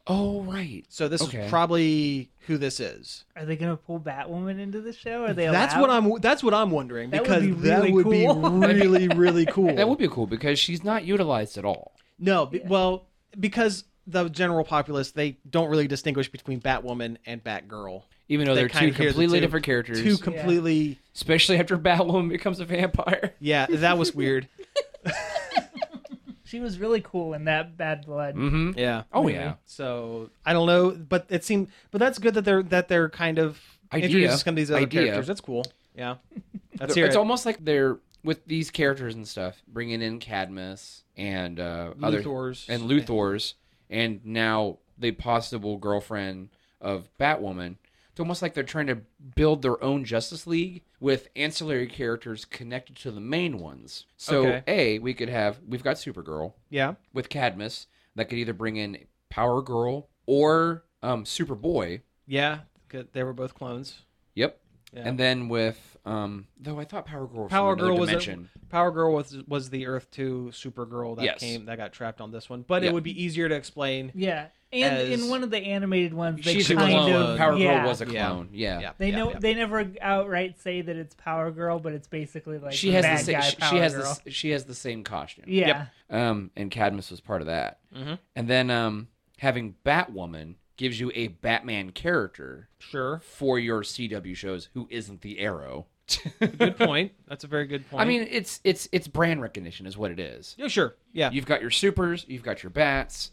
Speaker 4: Oh, right.
Speaker 3: So this
Speaker 4: Okay.
Speaker 3: is probably who this is.
Speaker 2: are they gonna pull Batwoman into the show? Are they?
Speaker 3: That's
Speaker 2: allowed?
Speaker 3: what I'm. That's what I'm wondering
Speaker 2: That would
Speaker 3: because
Speaker 2: be really
Speaker 3: that would
Speaker 2: cool.
Speaker 3: be
Speaker 2: [LAUGHS]
Speaker 3: really, really cool.
Speaker 4: That would be cool because she's not utilized at all.
Speaker 3: no, be, well, because the general populace they don't really distinguish between Batwoman and Batgirl.
Speaker 4: Even though
Speaker 3: They
Speaker 4: they are
Speaker 3: kinda
Speaker 4: two
Speaker 3: hear the
Speaker 4: completely
Speaker 3: two-
Speaker 4: different characters,
Speaker 3: Two completely.
Speaker 4: especially after [LAUGHS] Batwoman becomes a vampire.
Speaker 3: Yeah, that was weird.
Speaker 2: She was really cool in that Bad Blood.
Speaker 4: Mm-hmm.
Speaker 3: yeah.
Speaker 4: Oh [LAUGHS] yeah.
Speaker 3: So I don't know, but it seemed, but that's good that they're that they're kind of
Speaker 4: Idea.
Speaker 3: introducing some of these other
Speaker 4: Idea.
Speaker 3: characters. That's cool.
Speaker 4: [LAUGHS]
Speaker 3: Yeah. That's
Speaker 4: it's almost like they're with these characters and stuff, bringing in Cadmus and uh,
Speaker 3: Luthor's.
Speaker 4: other and Luthor's, and now the possible girlfriend of Batwoman. It's almost like they're trying to build their own Justice League with ancillary characters connected to the main ones. So
Speaker 3: Okay.
Speaker 4: a we could have we've got Supergirl
Speaker 3: Yeah.
Speaker 4: with Cadmus that could either bring in Power Girl or um, Superboy.
Speaker 3: Yeah. Good. They were both clones.
Speaker 4: Yep.
Speaker 3: Yeah.
Speaker 4: And then with um, though I thought Power Girl was
Speaker 3: Power
Speaker 4: from another
Speaker 3: Girl was a,
Speaker 4: dimension.
Speaker 3: Power Girl was was the Earth Two Supergirl that
Speaker 4: Yes.
Speaker 3: came that got trapped on this one, but
Speaker 4: Yeah.
Speaker 3: it would be easier to explain.
Speaker 2: Yeah, and
Speaker 3: As-
Speaker 2: in one of the animated ones, they
Speaker 4: She's a
Speaker 2: kind
Speaker 4: clone.
Speaker 2: of
Speaker 4: Power
Speaker 2: yeah,
Speaker 4: Girl was a
Speaker 3: Yeah.
Speaker 4: clone. Yeah.
Speaker 3: Yeah.
Speaker 2: They
Speaker 3: yeah,
Speaker 2: know
Speaker 3: yeah.
Speaker 2: they never outright say that it's Power Girl, but it's basically like
Speaker 4: She has
Speaker 2: bad
Speaker 4: the same.
Speaker 2: guy
Speaker 4: She,
Speaker 2: Power
Speaker 4: she has
Speaker 2: Girl.
Speaker 4: the, s- She has the same costume.
Speaker 2: yeah,
Speaker 4: Um, and Cadmus was part of that. Mm-hmm. And then um, having Batwoman gives you a Batman character
Speaker 3: Sure.
Speaker 4: for your CW shows who isn't the Arrow. [LAUGHS]
Speaker 3: Good point. That's a very good point.
Speaker 4: I mean, it's it's it's brand recognition is what it is.
Speaker 3: yeah, sure. Yeah.
Speaker 4: You've got your supers. You've got your bats.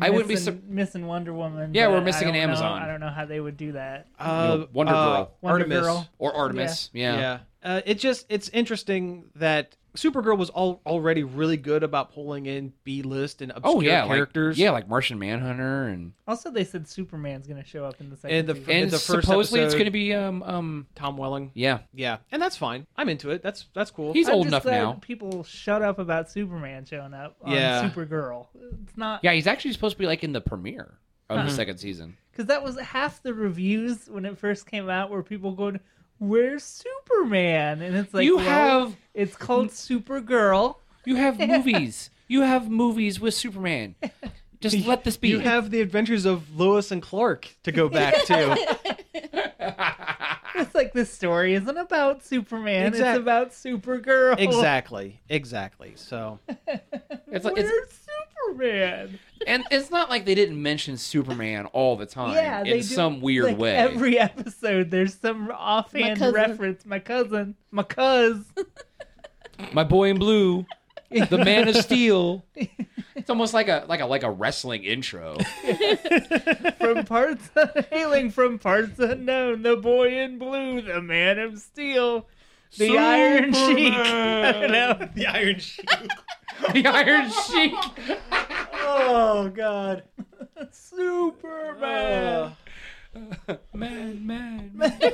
Speaker 4: I wouldn't be
Speaker 2: Missing-
Speaker 4: surprised.
Speaker 2: missing Wonder Woman.
Speaker 4: Yeah,
Speaker 2: but
Speaker 4: we're missing
Speaker 2: I
Speaker 4: an
Speaker 2: don't know-
Speaker 4: Amazon.
Speaker 2: I don't know how they would do that.
Speaker 3: Uh,
Speaker 4: know, Wonder
Speaker 3: uh,
Speaker 4: Girl.
Speaker 2: Wonder
Speaker 3: Artemis.
Speaker 2: Girl.
Speaker 4: or Artemis. Yeah.
Speaker 3: Yeah. Uh, it just it's interesting that Supergirl was all already really good about pulling in B list and obscure
Speaker 4: Oh yeah,
Speaker 3: characters.
Speaker 4: Like, yeah, like Martian Manhunter and
Speaker 2: Also, they said Superman's going to show up in the second.
Speaker 3: And the-
Speaker 2: season.
Speaker 4: and
Speaker 3: the first
Speaker 4: supposedly it's
Speaker 3: episode-
Speaker 4: going to be um um
Speaker 3: Tom Welling.
Speaker 4: yeah.
Speaker 3: Yeah, and that's fine. I'm into it. That's that's cool.
Speaker 4: He's
Speaker 2: I'm
Speaker 4: old
Speaker 2: just
Speaker 4: enough
Speaker 2: glad
Speaker 4: now.
Speaker 2: People shut up about Superman showing up on
Speaker 3: Yeah.
Speaker 2: Supergirl. It's not
Speaker 4: Yeah, he's actually supposed to be like in the premiere of the second season.
Speaker 2: because that was half the reviews when it first came out were people going, "Where's Superman?" And it's like
Speaker 4: you
Speaker 2: well,
Speaker 4: have
Speaker 2: it's called Supergirl. [LAUGHS]
Speaker 4: you have movies. You have movies with Superman. Just let this be.
Speaker 3: You have the adventures of Lois and Clark to go back to.
Speaker 2: It's like this story isn't about Superman;
Speaker 3: Exact-
Speaker 2: it's about Supergirl.
Speaker 3: exactly. Exactly. So
Speaker 4: it's like,
Speaker 2: Where's
Speaker 4: it's,
Speaker 2: Superman?
Speaker 4: and it's not like they didn't mention Superman all the time
Speaker 2: Yeah, they
Speaker 4: in
Speaker 2: do,
Speaker 4: some weird
Speaker 2: like,
Speaker 4: way.
Speaker 2: Every episode, there's some offhand
Speaker 5: cousin.
Speaker 2: reference. My cousin, my cuz.
Speaker 4: My boy in blue, the Man
Speaker 2: [LAUGHS]
Speaker 4: of Steel. It's almost like a like a like a wrestling intro. [LAUGHS]
Speaker 2: from parts [LAUGHS] hailing from parts unknown, the boy in blue, the man of steel, the Iron Sheik. [LAUGHS] I don't know.
Speaker 3: the Iron Sheik.
Speaker 4: the Iron Sheik.
Speaker 3: Oh God.
Speaker 2: Superman.
Speaker 4: Man, man, man.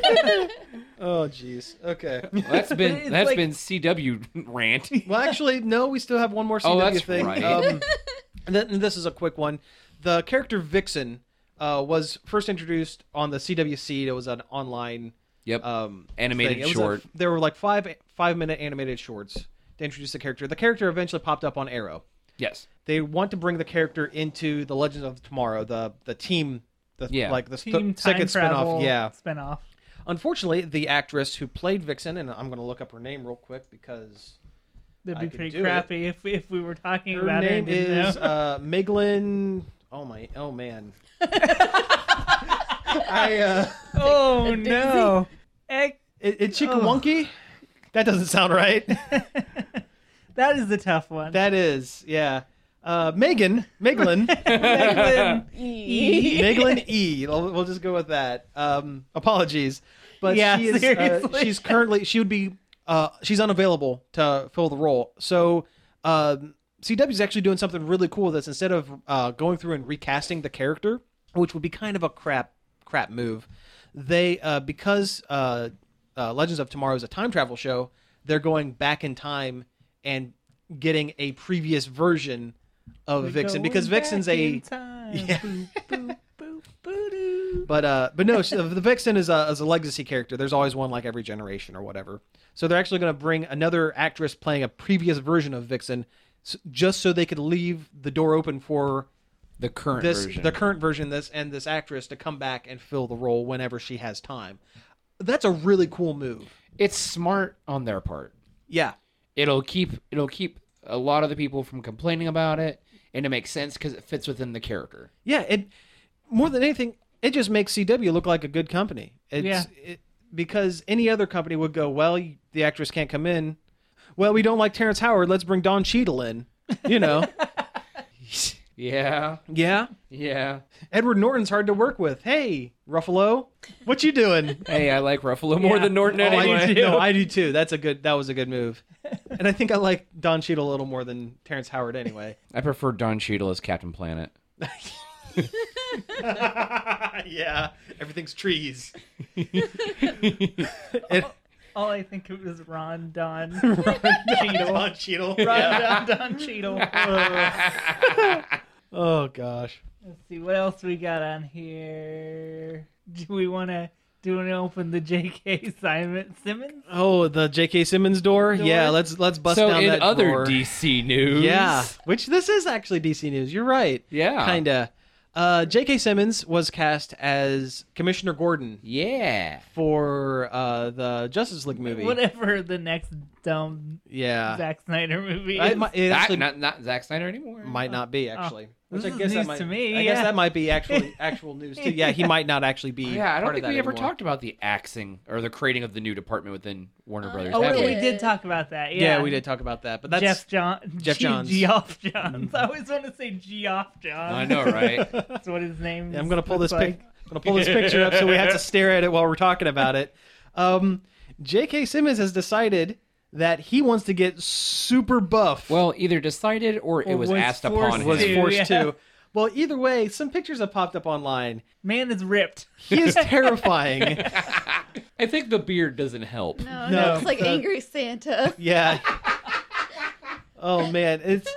Speaker 3: Oh jeez. Okay.
Speaker 4: That's
Speaker 2: It's
Speaker 4: been that's
Speaker 2: like-
Speaker 4: been CW [LAUGHS] rant.
Speaker 3: [LAUGHS] Well, actually, no. We still have one more CW
Speaker 4: Oh, that's
Speaker 3: thing.
Speaker 4: right.
Speaker 3: Um, and, th- and this is a quick one. The character Vixen uh, was first introduced on the CW Seed. It was an online
Speaker 4: Yep.
Speaker 3: um,
Speaker 4: Animated
Speaker 3: thing. It was a-
Speaker 4: short.
Speaker 3: there were like five five minute animated shorts to introduce the character. The character eventually popped up on Arrow.
Speaker 4: yes.
Speaker 3: They want to bring the character into the Legends of Tomorrow, the the team, the
Speaker 4: Yeah.
Speaker 3: like the th-
Speaker 2: Team
Speaker 3: second
Speaker 2: time travel
Speaker 3: spinoff. Yeah,
Speaker 2: spinoff.
Speaker 3: Unfortunately, the actress who played Vixen, and I'm going to look up her name real quick because I
Speaker 2: That'd
Speaker 3: could
Speaker 2: be pretty
Speaker 3: do
Speaker 2: crappy if, if we were talking
Speaker 3: her
Speaker 2: about it.
Speaker 3: name
Speaker 2: and didn't
Speaker 3: is
Speaker 2: know.
Speaker 3: uh, Miglin. Oh my! Oh man! I uh,
Speaker 2: [LAUGHS] oh
Speaker 5: a doozy.
Speaker 2: no. Ec- [LAUGHS]
Speaker 3: it, it's
Speaker 2: Oh.
Speaker 3: Chickamonkey. That doesn't sound right. [LAUGHS]
Speaker 2: that is the tough one.
Speaker 3: that is, yeah. Uh, Megan, Meglin,
Speaker 2: Meglin.
Speaker 5: E.
Speaker 2: [LAUGHS]
Speaker 3: Meglin E. We'll, we'll just go with that. Um, apologies, but
Speaker 2: Yeah,
Speaker 3: she is, uh,
Speaker 2: seriously.
Speaker 3: she's currently she would be uh, she's unavailable to fill the role. So um, CW is actually doing something really cool. That's instead of uh, going through and recasting the character, which would be kind of a crap crap move, they uh, because uh, uh, Legends of Tomorrow is a time travel show, they're going back in time and getting a previous version of
Speaker 2: We're
Speaker 3: Vixen
Speaker 2: going
Speaker 3: because Vixen's
Speaker 2: back
Speaker 3: a [LAUGHS]
Speaker 2: in time.
Speaker 3: Yeah.
Speaker 2: Boop, boop, boop, boodoo.
Speaker 3: But uh, but no, so the Vixen is a is a legacy character. There's always one like every generation or whatever. So they're actually going to bring another actress playing a previous version of Vixen, s- just so they could leave the door open for
Speaker 4: The current
Speaker 3: this
Speaker 4: version.
Speaker 3: the current version this and this actress to come back and fill the role whenever she has time. That's a really cool move.
Speaker 4: it's smart on their part.
Speaker 3: Yeah,
Speaker 4: It'll keep it'll keep a lot of the people from complaining about it, and it makes sense because it fits within the character.
Speaker 3: yeah. It more than anything, it just makes CW look like a good company. It's, It, because any other company would go, well, you- the actress can't come in. Well, we don't like Terrence Howard. Let's bring Don Cheadle in. You [LAUGHS] know.
Speaker 4: Yeah,
Speaker 3: Yeah.
Speaker 4: [LAUGHS] yeah.
Speaker 3: Edward Norton's hard to work with. Hey, Ruffalo, what you doing?
Speaker 4: Hey, I like Ruffalo more
Speaker 2: Yeah.
Speaker 4: than Norton
Speaker 3: Oh, [LAUGHS]
Speaker 4: anyway.
Speaker 3: I do, no, I do too. That's a good. That was a good [LAUGHS] move. And I think I like Don Cheadle a little more than Terrence Howard anyway.
Speaker 4: [LAUGHS] I prefer Don Cheadle as Captain Planet.
Speaker 3: [LAUGHS] yeah, everything's trees. [LAUGHS] and
Speaker 2: All I think it was Ron
Speaker 3: [LAUGHS]
Speaker 2: Don [LAUGHS] Cheadle.
Speaker 3: Don Cheadle.
Speaker 2: Ron
Speaker 3: Yeah.
Speaker 2: Don
Speaker 3: [LAUGHS]
Speaker 2: Don Cheadle. Ugh.
Speaker 3: Oh gosh.
Speaker 2: Let's see what else we got on here. Do we want to do an open the J.K. Simon Simmons?
Speaker 3: Oh, the J.K. Simmons door.
Speaker 2: Door.
Speaker 3: Yeah, let's let's bust
Speaker 4: so
Speaker 3: down
Speaker 4: in
Speaker 3: that
Speaker 4: other
Speaker 3: door.
Speaker 4: DC news,
Speaker 3: Yeah, which this is actually DC news. You're right.
Speaker 4: yeah,
Speaker 3: Kinda. Uh, J.K. Simmons was cast as Commissioner Gordon
Speaker 4: yeah.
Speaker 3: for uh, the Justice League movie.
Speaker 2: Whatever the next dumb
Speaker 3: Yeah.
Speaker 2: Zack Snyder movie.
Speaker 3: I-
Speaker 2: is.
Speaker 3: mi- it
Speaker 4: Zack-
Speaker 3: actually
Speaker 4: not Oh, not Zack Snyder anymore.
Speaker 3: might not be actually.
Speaker 2: This
Speaker 3: Which I
Speaker 2: is
Speaker 3: guess that
Speaker 2: news
Speaker 3: might
Speaker 2: to me,
Speaker 3: I guess
Speaker 2: yeah.
Speaker 3: that might be
Speaker 4: [LAUGHS]
Speaker 3: actually actual news too. Yeah, he might not actually be.
Speaker 4: yeah, I
Speaker 3: part
Speaker 4: don't
Speaker 3: of
Speaker 4: think
Speaker 3: that
Speaker 4: we ever
Speaker 3: anymore.
Speaker 4: talked about the axing or the creating of the new department within Warner
Speaker 5: Oh,
Speaker 4: Brothers.
Speaker 2: oh,
Speaker 4: have
Speaker 2: wait,
Speaker 4: we?
Speaker 2: we did talk about that.
Speaker 3: Yeah.
Speaker 2: Yeah,
Speaker 3: we did talk about that, but that's
Speaker 2: Jeff John.
Speaker 3: Jeff
Speaker 2: G-
Speaker 3: Johns. Mm.
Speaker 2: Geoff Johns. I always want to say Geoff Johns.
Speaker 4: I know, right?
Speaker 2: That's what his name.
Speaker 3: Yeah, I'm gonna pull this
Speaker 2: looks
Speaker 3: pic. I'm gonna pull this picture up so we
Speaker 2: [LAUGHS]
Speaker 3: have to stare at it while we're talking about it. Um, J.K. Simmons has decided that he wants to get super buff.
Speaker 4: [LAUGHS] Well, either decided or, it
Speaker 2: Or
Speaker 4: was,
Speaker 2: was
Speaker 4: asked
Speaker 2: forced
Speaker 4: upon
Speaker 2: to.
Speaker 3: was
Speaker 4: him.
Speaker 3: forced
Speaker 2: yeah.
Speaker 3: to.
Speaker 2: [LAUGHS]
Speaker 3: Well, either way, some pictures have popped up online.
Speaker 2: Man
Speaker 3: [LAUGHS]
Speaker 2: is ripped.
Speaker 3: He
Speaker 2: [LAUGHS]
Speaker 3: is terrifying.
Speaker 4: I think the beard doesn't help.
Speaker 5: No,
Speaker 3: No,
Speaker 5: no, it's like
Speaker 3: the-
Speaker 5: angry Santa.
Speaker 2: [LAUGHS]
Speaker 3: Yeah. oh man, it's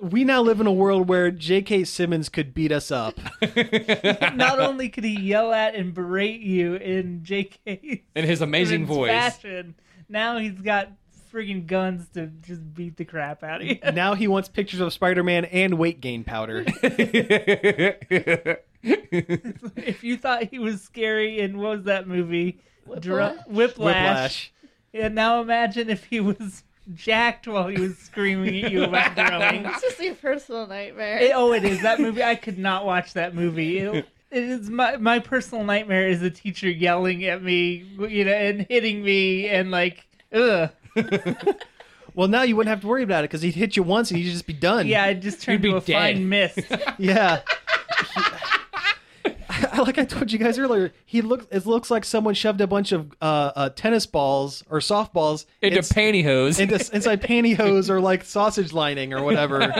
Speaker 3: we now live in a world where J.K. Simmons could beat us up.
Speaker 2: Not only could he yell at and berate you in J.K.
Speaker 4: In his amazing
Speaker 2: Simmons
Speaker 4: voice. [LAUGHS]
Speaker 2: fashion, now he's got friggin' guns to just beat the crap out
Speaker 3: [LAUGHS]
Speaker 2: of you.
Speaker 3: now he wants pictures of Spider-Man and weight gain powder.
Speaker 2: if you thought he was scary in what was that movie?
Speaker 5: Whiplash?
Speaker 2: Whiplash. And now imagine if he was jacked while he was screaming at you
Speaker 4: [LAUGHS]
Speaker 2: about growing.
Speaker 5: It's just your personal nightmare.
Speaker 2: It- oh, it is that movie. I could not watch that movie. It, it is my my personal nightmare is a teacher yelling at me, you know, and hitting me, and like, ugh.
Speaker 3: Well, now you wouldn't have to worry about it because he'd hit you once and you'd just be done.
Speaker 2: Yeah, I just turned
Speaker 4: You'd
Speaker 2: to a
Speaker 4: be dead.
Speaker 2: fine
Speaker 4: [LAUGHS]
Speaker 2: mist.
Speaker 3: yeah. [LAUGHS] I- like I told you guys earlier, he looks. It looks like someone shoved a bunch of uh, uh, tennis balls or softballs
Speaker 4: Into
Speaker 3: ins-
Speaker 4: pantyhose.
Speaker 3: into, inside pantyhose or like sausage lining or whatever,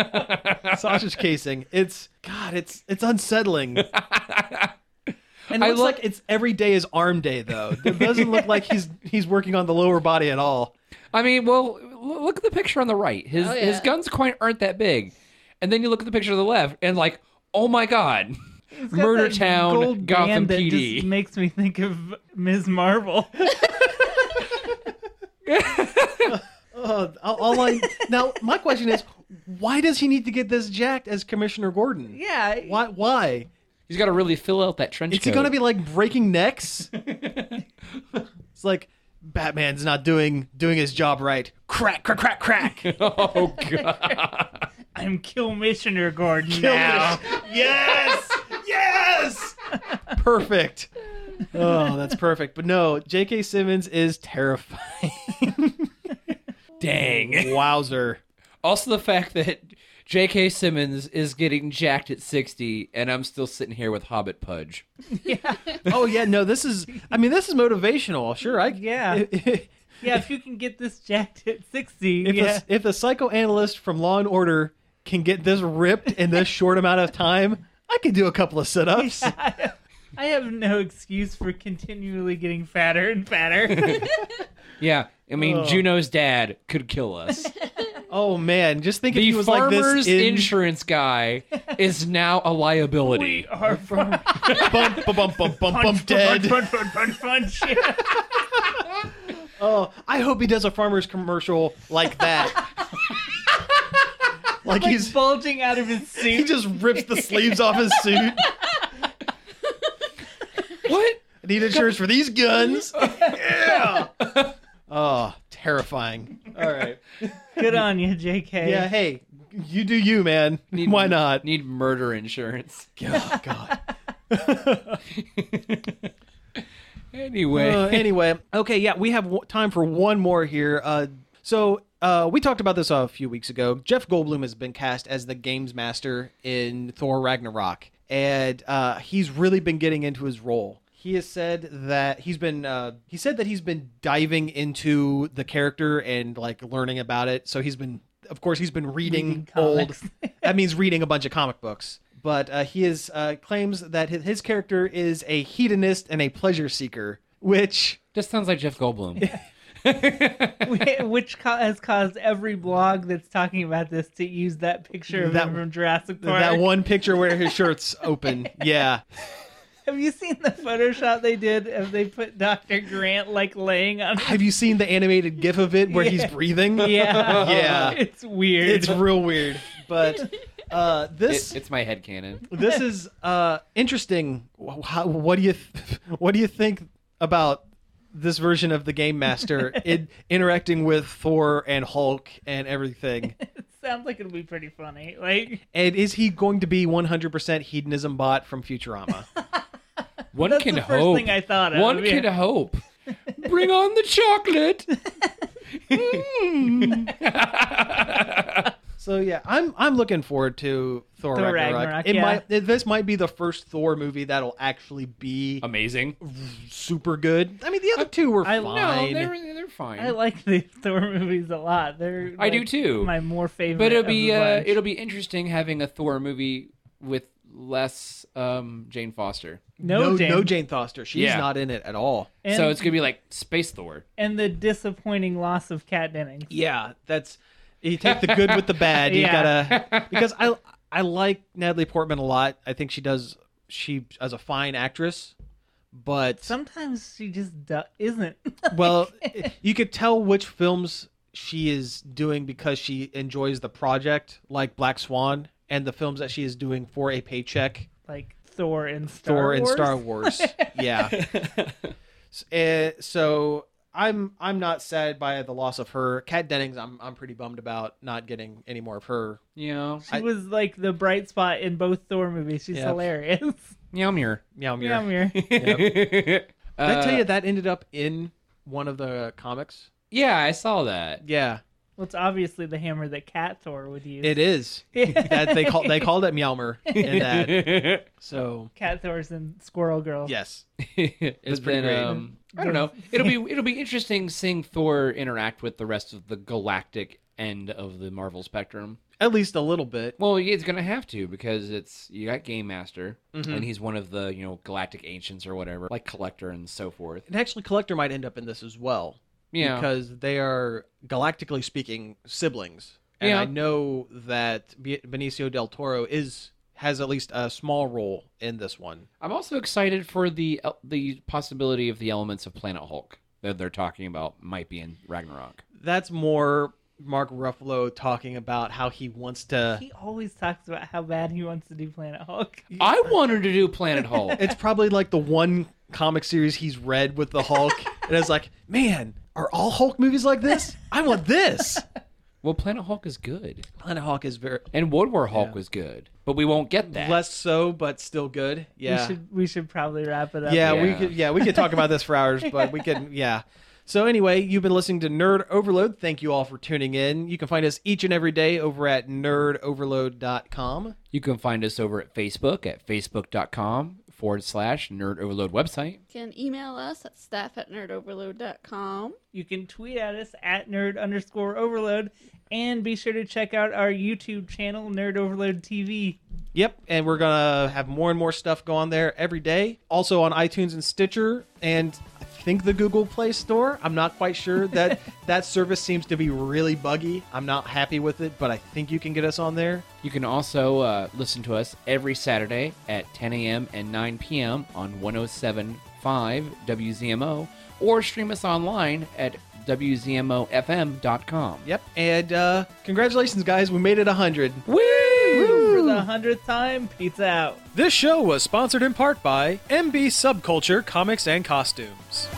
Speaker 3: sausage casing. It's God, it's it's unsettling. And it
Speaker 4: I
Speaker 3: looks
Speaker 4: lo-
Speaker 3: like it's every day is arm day though. It doesn't look like he's he's working on the lower body at all.
Speaker 4: I mean, well, l- look at the picture on the right. His
Speaker 5: Oh,
Speaker 4: his
Speaker 5: yeah.
Speaker 4: guns quite aren't that big, and then you look at the picture on the left, and like, oh my god, [LAUGHS] Murder
Speaker 2: That
Speaker 4: Town,
Speaker 2: gold
Speaker 4: Gotham
Speaker 2: band that
Speaker 4: PD.
Speaker 2: just makes me think of Ms.
Speaker 4: [LAUGHS]
Speaker 2: Marvel.
Speaker 3: Oh, all, all I now my question is, why does he need to get this jacked as Commissioner Gordon?
Speaker 2: yeah,
Speaker 3: Why? Why?
Speaker 4: He's got to really fill out that trench
Speaker 3: Is it
Speaker 4: coat.
Speaker 3: gonna be like breaking
Speaker 2: [LAUGHS]
Speaker 3: necks? it's like Batman's not doing doing his job right. Crack, crack, crack,
Speaker 2: [LAUGHS]
Speaker 3: crack.
Speaker 4: [LAUGHS] Oh god!
Speaker 2: I'm Kill Missioner Gordon now.
Speaker 3: yes, yes, perfect. Oh, that's perfect. But no, J.K. Simmons is
Speaker 2: [LAUGHS]
Speaker 3: terrifying.
Speaker 4: Dang.
Speaker 3: Wowzer.
Speaker 4: Also, the fact that J.K. Simmons is getting jacked at sixty, and I'm still sitting here with Hobbit Pudge.
Speaker 3: Oh yeah, no, this is. I mean, this is motivational. Sure, I [LAUGHS]
Speaker 2: Yeah. Yeah, if you can get this jacked at 60,
Speaker 3: if,
Speaker 2: yeah.
Speaker 3: a, if a psychoanalyst from Law and Order can get this ripped in
Speaker 2: [LAUGHS]
Speaker 3: this short amount of time, I could do a couple of sit-ups.
Speaker 2: I have no excuse for continually getting fatter and
Speaker 3: [LAUGHS]
Speaker 2: fatter.
Speaker 4: Yeah, I mean
Speaker 3: Ugh.
Speaker 4: Juno's dad could
Speaker 2: [LAUGHS]
Speaker 4: kill us.
Speaker 3: Oh man, just think if
Speaker 4: the
Speaker 3: he was like
Speaker 4: farmer's
Speaker 3: this [LAUGHS] in
Speaker 2: [LAUGHS]
Speaker 4: insurance guy is now a liability.
Speaker 2: we are from
Speaker 3: bump bump bump bump [LAUGHS] bump bump
Speaker 2: punch,
Speaker 3: dead.
Speaker 2: punch, punch,
Speaker 3: [LAUGHS]
Speaker 2: punch, punch, punch. Yeah.
Speaker 3: Oh, I hope he does a farmer's commercial like [LAUGHS] that. like
Speaker 2: Like
Speaker 3: he's
Speaker 2: bulging out of his
Speaker 3: he
Speaker 2: suit.
Speaker 3: just rips the sleeves off his [LAUGHS] suit.
Speaker 4: What?
Speaker 3: I need insurance for these guns. [LAUGHS] Yeah. [LAUGHS] Oh, terrifying. All right.
Speaker 2: Good on you, JK.
Speaker 3: Yeah, hey, you do you, man.
Speaker 4: Need-
Speaker 3: Why not?
Speaker 4: Need murder insurance.
Speaker 3: Oh, God.
Speaker 4: Anyway,
Speaker 2: [LAUGHS]
Speaker 3: Uh, anyway, okay, yeah, we have w- time for one more here. Uh, so uh, we talked about this a few weeks ago. Jeff Goldblum has been cast as the games master in Thor Ragnarok, and uh, he's really been getting into his role. He has said that he's been uh, he said that he's been diving into the character and like learning about it. So he's been, of course, he's been reading,
Speaker 2: Reading
Speaker 3: old.
Speaker 2: comics. [LAUGHS]
Speaker 3: that means reading a bunch of comic books. But uh, he is uh, claims that his, his character is a hedonist and a pleasure seeker, which
Speaker 4: just sounds like Jeff Goldblum.
Speaker 2: Which co- has caused every blog that's talking about this to use that picture of
Speaker 3: That-
Speaker 2: him from Jurassic Park.
Speaker 3: that one picture where his
Speaker 2: [LAUGHS]
Speaker 3: shirt's open. Yeah,
Speaker 2: Have you seen the Photoshop they did? Have they put Dr. Grant like laying on?
Speaker 3: have you seen the animated GIF of it where he's
Speaker 2: Yeah.
Speaker 3: breathing?
Speaker 2: [LAUGHS] Yeah,
Speaker 3: [LAUGHS] [LAUGHS] Yeah.
Speaker 2: It's weird.
Speaker 3: it's real weird.
Speaker 2: [LAUGHS]
Speaker 3: But uh, this
Speaker 4: It- it's my head cannon.
Speaker 3: this is uh, interesting. Wh- How, what do you th- [LAUGHS] what do you think about this version of the Game
Speaker 2: [LAUGHS]
Speaker 3: Master in, interacting with Thor and Hulk and everything?
Speaker 2: sounds like it'll be pretty funny. Like
Speaker 3: And is he going to be 100% hedonism bot from Futurama?
Speaker 4: One
Speaker 2: that's
Speaker 4: can
Speaker 2: the first
Speaker 4: hope.
Speaker 2: thing I thought of.
Speaker 4: One
Speaker 2: yeah. [LAUGHS]
Speaker 4: can hope. Bring on the chocolate. Mm.
Speaker 3: so yeah, I'm I'm looking forward to Thor,
Speaker 2: Thor
Speaker 3: Ragnarok.
Speaker 2: Ragnarok,
Speaker 3: It
Speaker 2: yeah.
Speaker 3: might it- this might be the first Thor movie that'll actually be um,
Speaker 4: Amazing.
Speaker 3: super good. I mean, the other two were
Speaker 2: I- no,
Speaker 4: No,
Speaker 3: fine.
Speaker 4: they're they're fine.
Speaker 2: I
Speaker 4: I,
Speaker 2: like the [LAUGHS] Thor movies a lot. They're like,
Speaker 4: do too.
Speaker 2: My more favorite.
Speaker 4: But it'll
Speaker 2: of
Speaker 4: be
Speaker 2: the
Speaker 4: uh,
Speaker 2: bunch.
Speaker 4: it'll be interesting having a Thor movie with less um, Jane Foster.
Speaker 2: no,
Speaker 3: no,
Speaker 2: Jane.
Speaker 3: Jane Foster. She's
Speaker 4: Yeah.
Speaker 3: not in it at all.
Speaker 2: And,
Speaker 4: so it's gonna be like Space Thor.
Speaker 2: and the disappointing loss of Kat Dennings.
Speaker 3: Yeah, that's [LAUGHS] you take the good with the bad. You
Speaker 2: Yeah.
Speaker 3: gotta because I I like Natalie Portman a lot. I think she does she as a fine actress, but
Speaker 2: Sometimes she just du- isn't. [LAUGHS]
Speaker 3: well, eh, you could tell which films she is doing because she enjoys the project, like Black Swan, and the films that she is doing for a paycheck,
Speaker 2: like Thor and Star
Speaker 3: Thor
Speaker 2: Wars.
Speaker 3: and Star
Speaker 2: [LAUGHS]
Speaker 3: Wars. yeah. S- eh, so I'm I'm not sad by the loss of her. Kat Dennings, I'm I'm pretty bummed about not getting any more of her.
Speaker 4: You know,
Speaker 2: She was like the bright spot in both Thor movies. She's
Speaker 3: Yeah.
Speaker 2: hilarious. [LAUGHS]
Speaker 4: Mjolnir.
Speaker 3: Meow meow.
Speaker 2: Yeah, I'm
Speaker 4: [LAUGHS]
Speaker 2: here.
Speaker 4: Uh,
Speaker 3: Did I tell you that ended up in one of the comics?
Speaker 4: Yeah, I saw
Speaker 3: [LAUGHS]
Speaker 4: that.
Speaker 3: Yeah,
Speaker 2: Well, it's obviously the hammer that Cat Thor would use.
Speaker 3: it is.
Speaker 2: [LAUGHS]
Speaker 3: that they call they called it Meowmer in that. So
Speaker 2: Cat Thor's and Squirrel Girl.
Speaker 3: yes,
Speaker 4: It's
Speaker 3: pretty
Speaker 4: been
Speaker 3: great.
Speaker 4: um I don't know. It'll
Speaker 3: [LAUGHS]
Speaker 4: be it'll be interesting seeing Thor interact with the rest of the galactic end of the Marvel spectrum.
Speaker 3: at least a little bit.
Speaker 4: Well, yeah, it's gonna have to because it's you got Game Master
Speaker 3: Mm-hmm.
Speaker 4: and he's one of the you know galactic ancients or whatever, like Collector and so forth.
Speaker 3: And actually, Collector might end up in this as well.
Speaker 4: Yeah,
Speaker 3: Because they are, galactically speaking, siblings. And
Speaker 4: Yeah.
Speaker 3: I know that Be- Benicio del Toro is has at least a small role in this one.
Speaker 4: I'm also excited for the the possibility of the elements of Planet Hulk that they're talking about might be in Ragnarok.
Speaker 3: That's more Mark Ruffalo talking about how he wants to.
Speaker 2: He always talks about how bad he wants to do Planet
Speaker 3: [LAUGHS]
Speaker 2: Hulk.
Speaker 4: I wanted to do Planet Hulk.
Speaker 3: It's probably like the one comic series he's read with the Hulk, and it's like, man, are all Hulk movies like this? I want this.
Speaker 4: well, Planet Hulk is good,
Speaker 3: Planet Hulk is very
Speaker 4: and World War Hulk was good, but we won't get that.
Speaker 3: less so, but still good. Yeah.
Speaker 2: We should we should probably wrap it up.
Speaker 3: yeah, we
Speaker 4: Yeah.
Speaker 3: could yeah, we could talk about this for hours, but we could yeah. So anyway, you've been listening to Nerd Overload. Thank you all for tuning in. You can find us each and every day over at nerdoverload.com.
Speaker 4: You can find us over at Facebook at facebook.com forward slash nerd overload website.
Speaker 5: You can email us at staff at nerdoverload.com.
Speaker 2: You can tweet at us at nerd underscore overload, and be sure to check out our YouTube channel Nerd Overload TV.
Speaker 3: Yep, and we're gonna have more and more stuff go on there every day. Also on iTunes and Stitcher, and I think the Google Play Store. I'm not quite sure that that service seems to be really buggy. I'm not happy with it, but I think you can get us on there.
Speaker 4: You can also uh, listen to us every Saturday at 10 a.m. and 9 p.m. on 107.5 WZMO or stream us online at WZMOFM.com.
Speaker 3: Yep, and uh, congratulations, guys. We made it hundred.
Speaker 2: For the hundredth time, pizza out.
Speaker 1: This show was sponsored in part by MB Subculture Comics and Costumes.